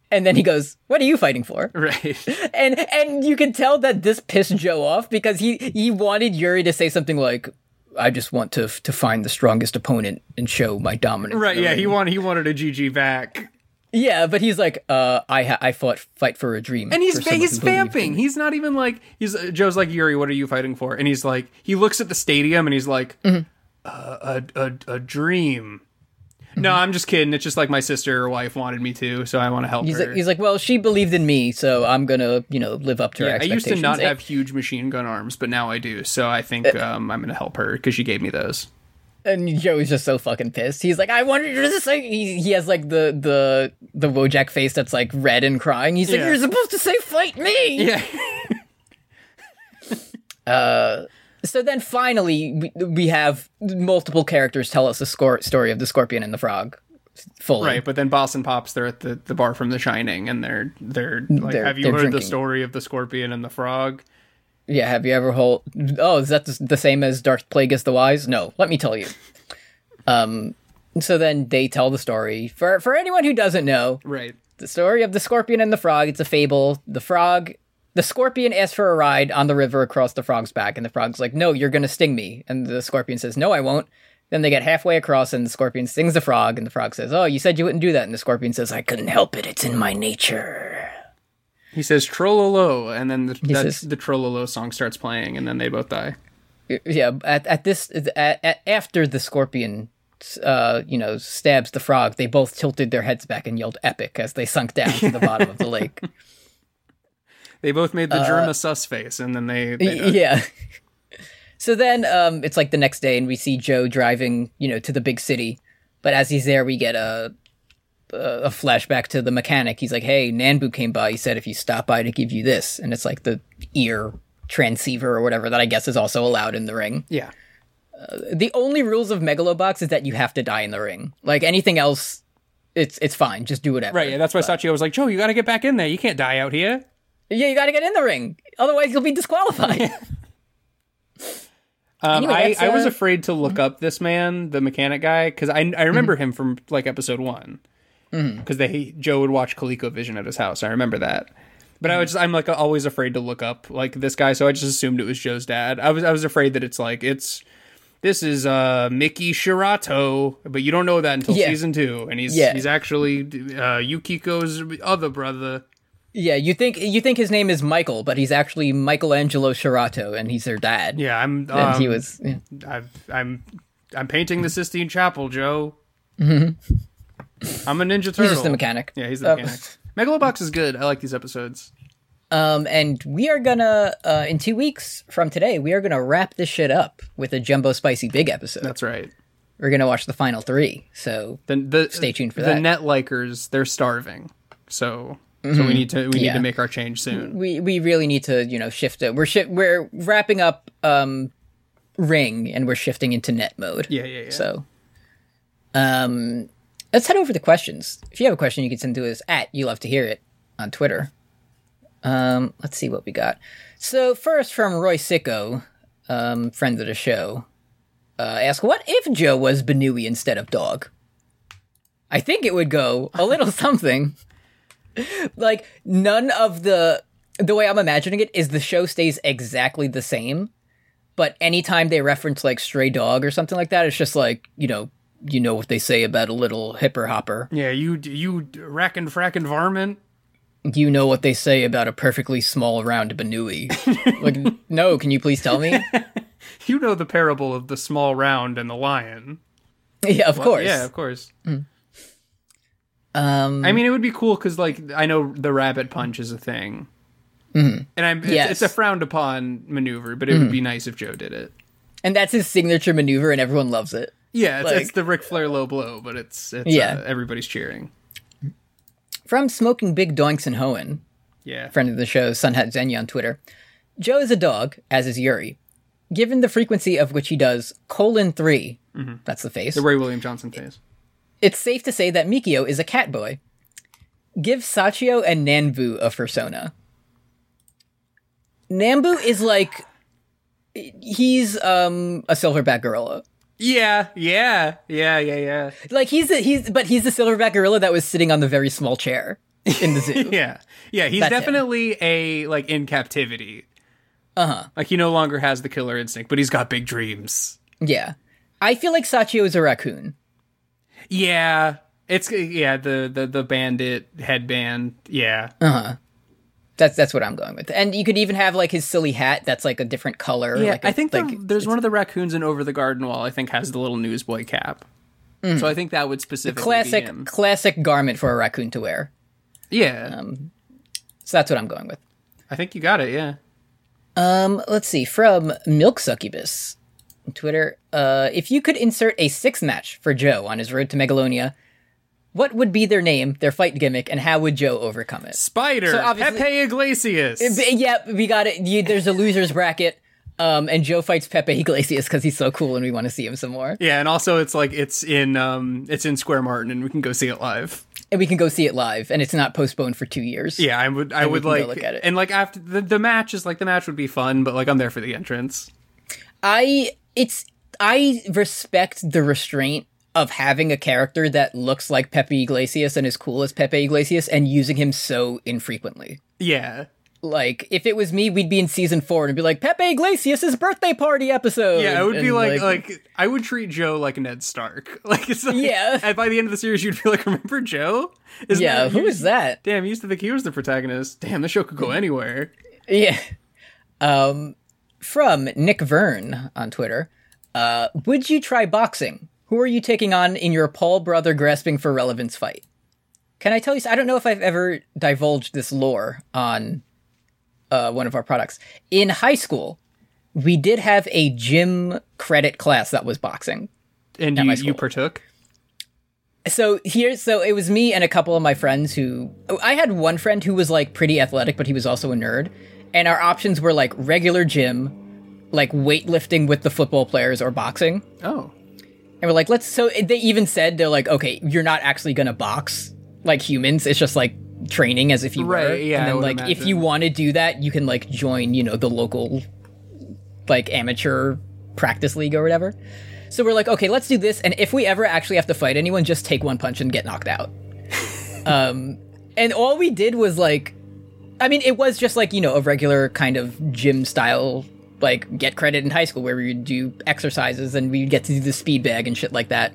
S5: And then he goes, What are you fighting for?
S6: right?
S5: And and you can tell that this pissed Joe off because he, he wanted Yuri to say something like, I just want to to find the strongest opponent and show my dominance. in
S6: Right,
S5: the
S6: yeah,
S5: ring."
S6: he wanted he wanted a GG back,
S5: yeah, but he's like, uh, I ha- I fought fight for a dream,
S6: and he's
S5: for
S6: va-
S5: someone
S6: he's
S5: who believed in
S6: vamping. He's not even like he's uh, Joe's like Yuri. What are you fighting for? And he's like he looks at the stadium and he's like
S5: Mm-hmm.
S6: uh, a a a dream. No,
S5: Mm-hmm.
S6: I'm just kidding. It's just like my sister or wife wanted me to, so I want to help
S5: He's
S6: her.
S5: like, he's like, well, she believed in me, so I'm gonna, you know, live up to her
S6: I used
S5: expectations. Uh,
S6: to not
S5: And-
S6: have huge machine gun arms, but now I do. So I think um, I'm going to help her because she gave me those.
S5: And Joey's just so fucking pissed. He's like, I wanted you to say. He, he has like the the the Wojak face that's like red and crying. He's like,
S6: Yeah.
S5: you're supposed to say fight me.
S6: Yeah.
S5: So then finally, we, we have multiple characters tell us the scor- story of the scorpion and the frog. Fully.
S6: Right, but then Boss and Pops they're at the, the bar from The Shining and they're they're like
S5: They're-
S6: have you
S5: they're
S6: heard the
S5: drinking.
S6: story of the scorpion and the frog?
S5: Yeah, have you ever hold? Oh, is that the- the same as Darth Plagueis the Wise? No, let me tell you. Um, so then they tell the story for for anyone who doesn't know.
S6: Right.
S5: The story of the scorpion and the frog. It's a fable. The frog, the scorpion asks for a ride on the river across the frog's back, and the frog's like, "No, you're gonna sting me," and the scorpion says, "No, I won't." Then they get halfway across, and the scorpion stings the frog, and the frog says, "Oh, you said you wouldn't do that," and the scorpion says, "I couldn't help it. It's in my nature."
S6: He says Trollolo and then the that's,
S5: says-
S6: the Trollolo song starts playing and then they both die.
S5: yeah at, at this at, at, after the scorpion uh you know stabs the frog they both tilted their heads back and yelled epic as they sunk down to the bottom of the lake
S6: They both made the Germa sus face and then they, they die.
S5: Uh, yeah so then um it's like the next day and we see joe driving you know to the big city but as he's there we get a a flashback to the mechanic he's like hey nanbu came by he said if you stop by to give you this and it's like the ear transceiver or whatever that i guess is also allowed in the ring
S6: yeah.
S5: the only rules of Megalobox is that you have to die in the ring. Like anything else, it's it's fine. Just do whatever.
S6: Right, and that's why Sachio was like, "Joe, you got to get back in there. You can't die out here."
S5: Yeah, you got to get in the ring. Otherwise, you'll be disqualified.
S6: Um,
S5: Anyway,
S6: I,
S5: that's,
S6: I was
S5: uh,
S6: afraid to look up this man, the mechanic guy, because I, I remember
S5: Mm-hmm.
S6: him from like episode one. Because they Joe would watch ColecoVision at his house. I remember that. But I
S5: Mm-hmm.
S6: was just, I'm like always afraid to look up like this guy, so I just assumed it was Joe's dad. I was I was afraid that it's like it's this is uh Mickey Shirato, but you don't know that until
S5: Yeah.
S6: season two, and he's
S5: Yeah.
S6: he's actually uh, Yukiko's other brother.
S5: yeah, you think you think his name is Michael, but he's actually Michelangelo Shirato, and he's their dad.
S6: Yeah, I'm
S5: and
S6: um,
S5: he was. yeah.
S6: I've, I'm I'm painting the Sistine Chapel, Joe. I'm a Ninja Turtle.
S5: Mm-hmm. He's just the mechanic.
S6: Yeah, he's the
S5: Um,
S6: mechanic. Megalobox is good. I like these episodes.
S5: Um, and we are gonna uh, in two weeks from today, we are gonna wrap this shit up with a jumbo spicy big episode.
S6: That's right.
S5: We're gonna watch the final three. So
S6: Then the
S5: Stay tuned for
S6: the
S5: that.
S6: net likers. They're starving, so so we need to we need
S5: Mm-hmm. Yeah.
S6: to make our change soon.
S5: we we really need to you know shift it. We're shi- we're wrapping up um ring and we're shifting into net mode.
S6: Yeah, yeah, yeah.
S5: So um let's head over to questions. If you have a question you can send to us at you love to hear it on Twitter. Um let's see what we got. So first from Roy Sicko, um friend of the show. Uh, ask what if Joe was Benui instead of dog? I think it would go a little something like none of the the way I'm imagining it is the show stays exactly the same, but anytime they reference like stray dog or something like that, it's just like you know you know what they say about a little hipper hopper.
S6: Yeah, you you rack and frack and varmint.
S5: You know what they say about a perfectly small round banui. like no, can you please tell me?
S6: You know the parable of the small round and the lion.
S5: yeah, of course.
S6: Yeah, of course. Mm.
S5: Um,
S6: I mean, it would be cool because, like, I know the rabbit punch is a thing, mm. and I'm it's,
S5: Yes.
S6: it's a frowned upon maneuver, but it would be nice if Joe did it.
S5: and that's his signature maneuver, and everyone loves it.
S6: Yeah, it's, it's
S5: Like-
S6: the Ric Flair low blow, but it's, it's
S5: Yeah.
S6: uh, everybody's cheering.
S5: From smoking big doinks and hoeing.
S6: Yeah,
S5: friend of the show, Sunhat Zenny on Twitter. Joe is a dog, as is Yuri. Given the frequency of which he does colon 3 that's the face,
S6: Mm-hmm. The Ray William Johnson phase.
S5: it's safe to say that Mikio is a cat boy. Give Sachio and Nanbu a fursona. Nambu is like he's um a silverback gorilla.
S6: Yeah, yeah, yeah, yeah, yeah.
S5: Like he's a, he's but he's the silverback gorilla that was sitting on the very small chair in the zoo.
S6: Yeah. Yeah, he's
S5: That's him.
S6: definitely a like in captivity. Uh-huh. Like he no longer has the killer instinct, but he's got big dreams.
S5: yeah. I feel like Sachio is a raccoon.
S6: Yeah. It's yeah, the the the bandit headband. Yeah.
S5: Oh. That's that's what I'm going with. And you could even have like his silly hat that's like a different color.
S6: Yeah,
S5: like a-
S6: I think the-
S5: like
S6: there's one of the raccoons in Over the Garden Wall. I think has the little newsboy cap. So I think that would specifically
S5: Mm. classic um,
S6: Be him.
S5: classic garment for a raccoon to wear.
S6: Yeah,
S5: So that's what I'm going with.
S6: I think you got it. Yeah,
S5: let's see from milk succubus on twitter uh, if you could insert a six match for joe on his road to megalonia what would be their name their fight gimmick and how would joe overcome it
S6: Spider
S5: So obviously-
S6: Pepe Iglesias.
S5: B- yep we got it you, there's a losers bracket um, and joe fights pepe iglesias because he's so cool and we want to see him some more
S6: yeah, and also it's like it's in um it's in Square Martin, and we can go see it live.
S5: and we can go see it live and it's not postponed for two years
S6: Yeah, I would I
S5: we
S6: would
S5: can go
S6: like
S5: look at it.
S6: and like after the the match is like the match would be fun, but like I'm there for the entrance.
S5: I it's I respect the restraint of having a character that looks like Pepe Iglesias and is cool as Pepe Iglesias and using him so infrequently.
S6: Yeah,
S5: Like if it was me, we'd be in season four and be like Pepe Iglesias' birthday party episode.
S6: yeah, it would be
S5: And,
S6: like, like I would treat Joe like Ned Stark. Like it's like,
S5: Yeah.
S6: And by the end of the series, you'd be like, remember Joe? Isn't
S5: yeah,
S6: that-
S5: who
S6: you-
S5: is that?
S6: Damn, you used to think he was the protagonist. Damn, the show could go anywhere.
S5: Yeah. Um, from Nick Vern on Twitter. Uh, would you try boxing? Who are you taking on in your Paul brother grasping for relevance fight? Can I tell you? s- I don't know if I've ever divulged this lore on uh, one of our products. In high school, we did have a gym credit class that was boxing.
S6: And
S5: my
S6: you,
S5: school.
S6: you partook?
S5: So here, so it was me and a couple of my friends who I had one friend who was like pretty athletic, but he was also a nerd. And our options were like regular gym, like weightlifting with the football players or boxing.
S6: Oh.
S5: And we're like, let's. So they even said they're like, okay, you're not actually gonna box like humans. It's just like training as if you were.
S6: Right, yeah,
S5: And
S6: I
S5: then
S6: would
S5: like, if
S6: imagine.
S5: you want to do that, you can like join, you know, the local like amateur practice league or whatever. So we're like, okay, let's do this. And if we ever actually have to fight anyone, just take one punch and get knocked out. um, and all we did was like, I mean, it was just like you know a regular kind of gym style like get credit in high school where we would do exercises and we'd get to do the speed bag and shit like that.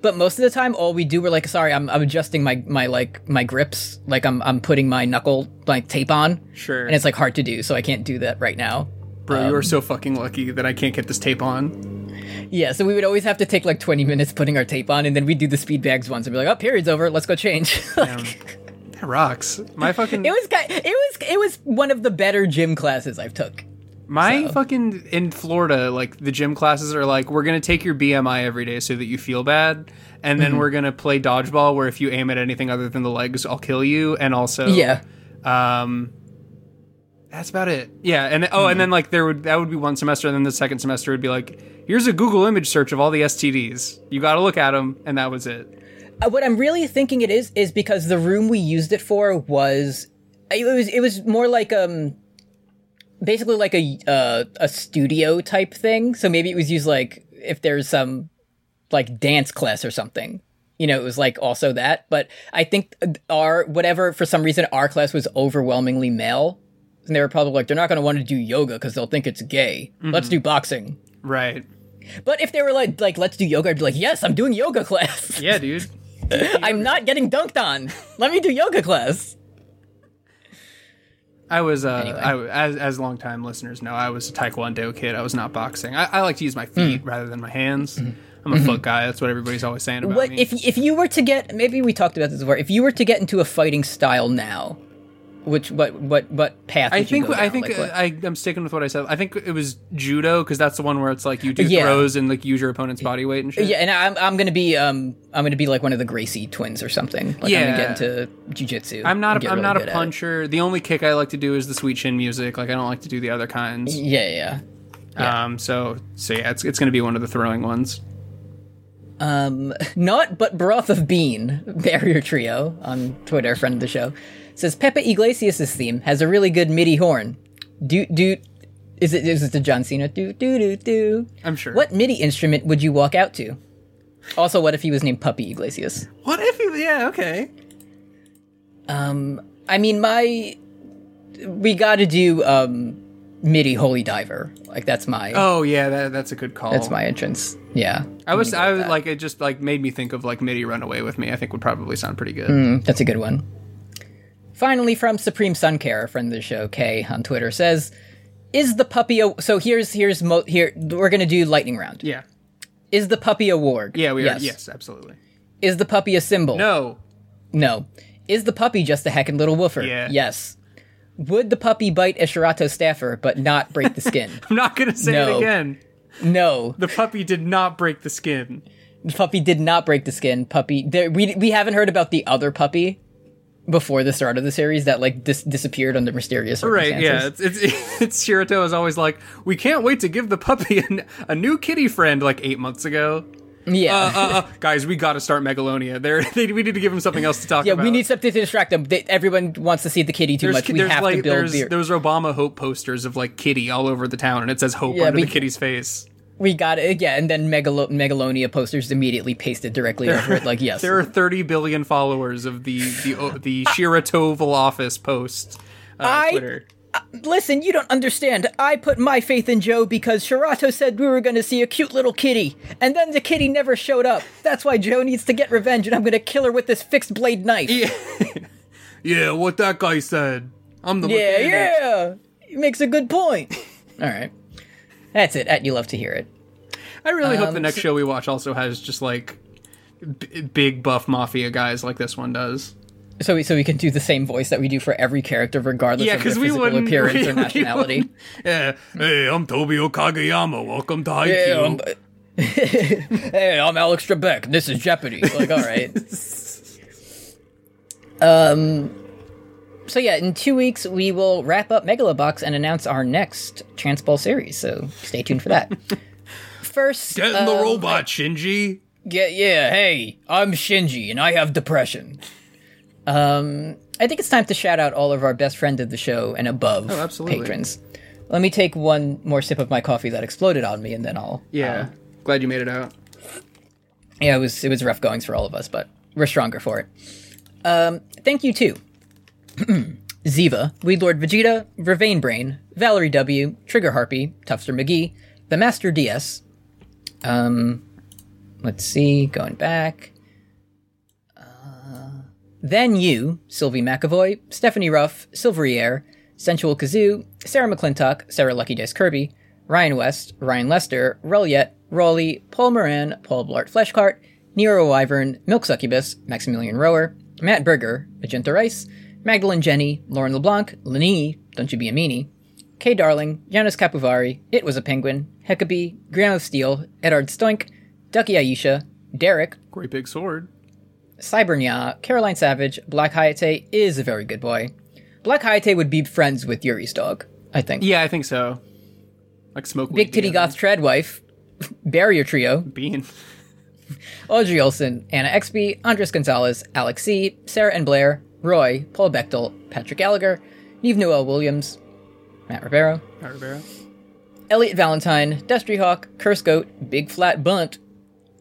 S5: But most of the time, all we do were like, sorry, I'm, I'm adjusting my my like my grips, like I'm I'm putting my knuckle like tape on,
S6: Sure.
S5: and it's like hard to do, so I can't do that right now.
S6: Bro,
S5: Um,
S6: you are so fucking lucky that I can't get this tape on.
S5: Yeah, so we would always have to take like 20 minutes putting our tape on, and then we'd do the speed bags once and be like, oh, period's over, let's go change. Like,
S6: That rocks. My fucking
S5: it was ki- it was it was one of the better gym classes I've took.
S6: my fucking in Florida, like the gym classes are like we're gonna take your BMI every day so that you feel bad, and
S5: Mm-hmm.
S6: then we're gonna play dodgeball where if you aim at anything other than the legs, I'll kill you. And also,
S5: Yeah.
S6: um, that's about it. Yeah, and oh, and then
S5: Hmm.
S6: like there would that would be one semester, and then the second semester would be like, here's a Google image search of all the STDs. You got to look at them, and that was it.
S5: Uh, What I'm really thinking it is is because the room we used it for was it was it was more like um basically like a uh, a studio type thing. So maybe it was used like if there's some like dance class or something. You know, it was like also that, but I think our whatever for some reason our class was overwhelmingly male. And they were probably like, they're not going to want to do yoga because they'll think it's gay. Let's do boxing.
S6: Right.
S5: But if they were like, like, let's do yoga, I'd be like, yes, I'm doing yoga class.
S6: Yeah, dude.
S5: I'm not getting dunked on. Let me do yoga class.
S6: I was, uh,
S5: Anyway.
S6: I w as as longtime listeners know, I was a Taekwondo kid. I was not boxing. I, I like to use my feet
S5: Hmm.
S6: rather than my hands. I'm a foot guy. That's what everybody's always saying about
S5: What
S6: me.
S5: if if you were to get maybe we talked about this before. If you were to get into a fighting style now, Which what what what path?
S6: I
S5: did you
S6: think
S5: go
S6: I
S5: down?
S6: think uh,
S5: Like, what-
S6: I, I'm sticking with what I said. I think it was judo because that's the one where it's like you do
S5: Yeah.
S6: throws and like use your opponent's body weight and shit.
S5: yeah, and I'm I'm gonna be um I'm gonna be like one of the Gracie twins or something. Like I'm
S6: Yeah.
S5: gonna get into jujitsu.
S6: I'm
S5: and
S6: not. A,
S5: get
S6: I'm
S5: really
S6: not
S5: good
S6: a
S5: at it.
S6: puncher. The only kick I like to do is the sweet chin music. Like I don't like to do the other kinds.
S5: Yeah, yeah.
S6: Um. So so yeah, it's it's gonna be one of the throwing ones.
S5: Not but broth of bean barrier trio on Twitter, friend of the show, says Pepe Iglesias' theme has a really good MIDI horn. Do do. Is it is it the John Cena? Do do do do.
S6: I'm sure.
S5: What MIDI instrument would you walk out to? Also, what if he was named Puppy Iglesias?
S6: What if you? Yeah. Okay.
S5: I mean, my we got to do um MIDI Holy Diver. Like that's my
S6: Oh yeah. That that's a good call.
S5: that's my entrance. Yeah,
S6: I was I was like it just like made me think of like MIDI "Run Away with Me." I think would probably sound pretty good.
S5: that's a good one. Finally, from Supreme Sun Care, a friend of the show, Kay on Twitter says, "Is the puppy a- so? Here's here's mo- here we're gonna do lightning round.
S6: Yeah.
S5: Is the puppy a warg?
S6: Yeah. We are. Yes. Absolutely.
S5: Is the puppy a symbol?
S6: No.
S5: No. Is the puppy just a heckin' little woofer?
S6: Yeah.
S5: Yes. Would the puppy bite a Shirato staffer but not break the skin?
S6: I'm not gonna say
S5: No.
S6: it again.
S5: no.
S6: The puppy did not break the skin.
S5: puppy did not break the skin. Puppy, there, we we haven't heard about the other puppy before the start of the series that like dis- disappeared under mysterious
S6: Right,
S5: circumstances.
S6: yeah. It's, it's, it's Shirato is always like, we can't wait to give the puppy an, a new kitty friend like eight months ago.
S5: yeah,
S6: Uh, uh, uh, guys, we gotta start Megalonia. There, they, we need to give him something else to talk
S5: yeah.
S6: about.
S5: We need something to distract them. They, everyone wants to see the kitty too
S6: There's,
S5: much. We
S6: there's
S5: have
S6: like
S5: to build
S6: there's
S5: the.
S6: those Obama hope posters of like Kitty all over the town, and it says hope
S5: Yeah,
S6: under
S5: we-
S6: the kitty's face.
S5: We got it. Yeah, and then Megalo- Megalonia posters immediately pasted directly over it. Like yes,
S6: There are 30 billion followers of the the o- the Shirato Oval Office post. Uh,
S5: I-
S6: Twitter.
S5: Listen, you don't understand. I put my faith in Joe because Shirato said we were going to see a cute little kitty, and then the kitty never showed up. That's why Joe needs to get revenge, and I'm going to kill her with this fixed blade knife.
S6: Yeah, what that guy said. I'm the uh,
S5: Yeah,
S6: mechanic.
S5: yeah. He makes a good point. All right. That's it. At you love to hear it.
S6: I really hope the
S5: Um,
S6: next show we watch also has just like b- big buff mafia guys like this one does.
S5: So we, so we can do the same voice that we do for every character, regardless
S6: Yeah,
S5: of their
S6: 'cause we
S5: physical
S6: wouldn't-
S5: appearance
S6: we-
S5: or
S6: we
S5: nationality.
S6: wouldn't. Yeah. Hey, I'm Tobio Kageyama. Welcome to Haikyuu.
S5: Hey, I'm, hey, I'm Alex Trebek. This is Jeopardy. Like, all right. um. So yeah, in two weeks we will wrap up Megalobox and announce our next Transball series. So stay tuned for that. First,
S6: Get in the
S5: um,
S6: robot, Shinji.
S5: Yeah, yeah, hey, I'm Shinji and I have depression. Um, I think it's time to shout out all of our best friend of the show and above
S6: Oh, absolutely.
S5: patrons. Let me take one more sip of my coffee that exploded on me and then I'll um,
S6: Yeah. Glad you made it out.
S5: yeah, it was it was rough goings for all of us, but we're stronger for it. Um, thank you too. Ziva, Weed Lord Vegeta, Vervain Brain, Valerie W, Trigger Harpy, Tufster McGee, The Master DS. Um, let's see, going back. Uh, then you, Sylvie McAvoy, Stephanie Ruff, Silverier, Sensual Kazoo, Sarah McClintock, Sarah Lucky Dice Kirby, Ryan West, Ryan Lester, Reliet, Raleigh, Paul Moran, Paul Blart Fleshcart, Nero Wyvern, Milk Succubus, Maximilian Rower, Matt Berger, Magenta Rice, Magdalene Jenny, Lauren LeBlanc, Lenee, Don't You Be a Meanie, Kay Darling, Jonas Capuvari, It Was a Penguin, Heckabee, Graham of Steel, Edard Stoink, Ducky Aisha, Derek,
S6: Great big sword.
S5: Cybernya, Caroline Savage, Black Hayate is a very good boy. Black Hayate would be friends with Yuri's dog, I think.
S6: Yeah, I think so. Like smoke. weed
S5: Big Titty
S6: together.
S5: Goth Treadwife, Barrier Trio,
S6: bean.
S5: Audrey Olson, Anna XB, Andres Gonzalez, Alex C, Sarah and Blair, Roy, Paul Bechtel, Patrick Gallagher, Neve Noel Williams, Matt Rivero,
S6: Matt Rivera.
S5: Elliot Valentine, Dustry Hawk, Curse Goat, Big Flat Bunt,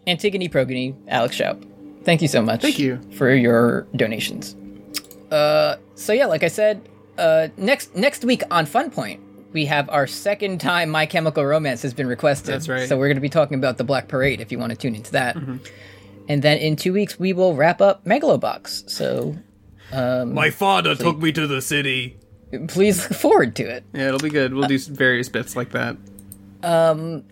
S5: Antigone Progony, Alex Schaup. Thank you so much.
S6: Thank you.
S5: for your donations. Uh, so yeah, like I said, uh, next next week on Fun Point we have our second time My Chemical Romance has been requested.
S6: That's right. Mm-hmm.
S5: So we're going to be talking about the Black Parade if you want to tune into that. And then in two weeks we will wrap up Megalobox. So
S6: My father took me to the city.
S5: please look forward to it.
S6: Yeah, it'll be good. We'll do s- various bits like that.
S5: So Um,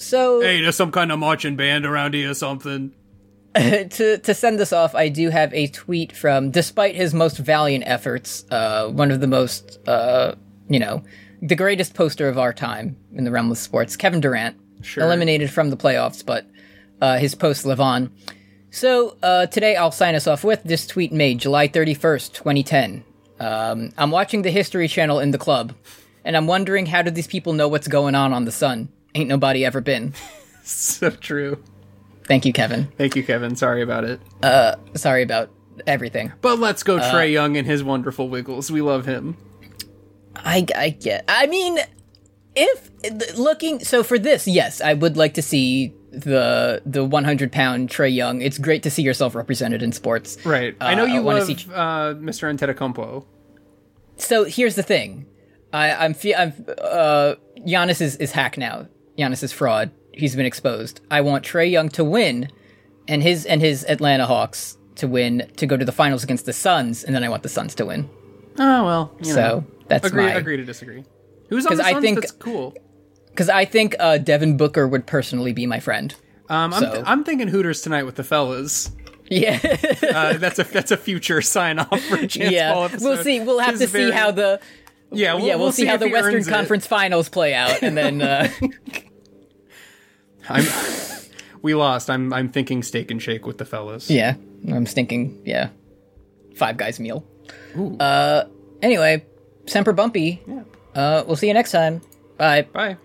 S6: Hey, there's some kind of marching band around here or something.
S5: to to send this off, I do have a tweet from, despite his most valiant efforts, uh, one of the most, uh, you know, the greatest poster of our time in the realm of sports, Kevin Durant, eliminated from the playoffs, but uh, his posts live on. So uh, today I'll sign us off with this tweet made July 31st, 2010. Um, I'm watching the History Channel in the club, and I'm wondering how do these people know what's going on on the sun? Ain't nobody ever been.
S6: So true.
S5: Thank you, Kevin.
S6: Thank you, Kevin. Sorry about it.
S5: Sorry about everything.
S6: But let's go
S5: Uh,
S6: Trey Young and his wonderful wiggles. We love him.
S5: I, I get. I mean, if th- looking so for this, yes, I would like to see the the 100 pound Trey Young. It's great to see yourself represented in sports.
S6: Right. I know
S5: Uh,
S6: you
S5: wanna
S6: love
S5: see-
S6: uh, Mr. Antetokounmpo.
S5: So here's the thing, I, I'm fe- I'm uh, Giannis is, is hack now. Giannis is fraud. He's been exposed. I want Trey Young to win, and his and his Atlanta Hawks to win to go to the finals against the Suns, and then I want the Suns to win.
S6: Oh well. You
S5: So that's
S6: agree.
S5: my
S6: Agree to disagree. Who's on
S5: 'Cause
S6: the
S5: I
S6: Suns?
S5: think-
S6: that's cool.
S5: because I think uh, Devin Booker would personally be my friend.
S6: Um, I'm,
S5: so-
S6: I'm thinking Hooters tonight with the fellas.
S5: Yeah.
S6: Uh, that's a that's a future sign off for a Chance
S5: yeah,
S6: Ball episode.
S5: we'll see. We'll have
S6: Tis
S5: to see
S6: very-
S5: how the
S6: yeah we'll,
S5: yeah we'll,
S6: we'll
S5: see, how
S6: if
S5: the
S6: he
S5: Western
S6: earns it.
S5: Conference Finals play out, and then uh,
S6: I'm, we lost. I'm I'm thinking Steak and Shake with the fellas.
S5: yeah, I'm thinking yeah, Five Guys meal. Uh, anyway, Semper Bumpy. Uh, we'll see you next time. Bye.
S6: Bye.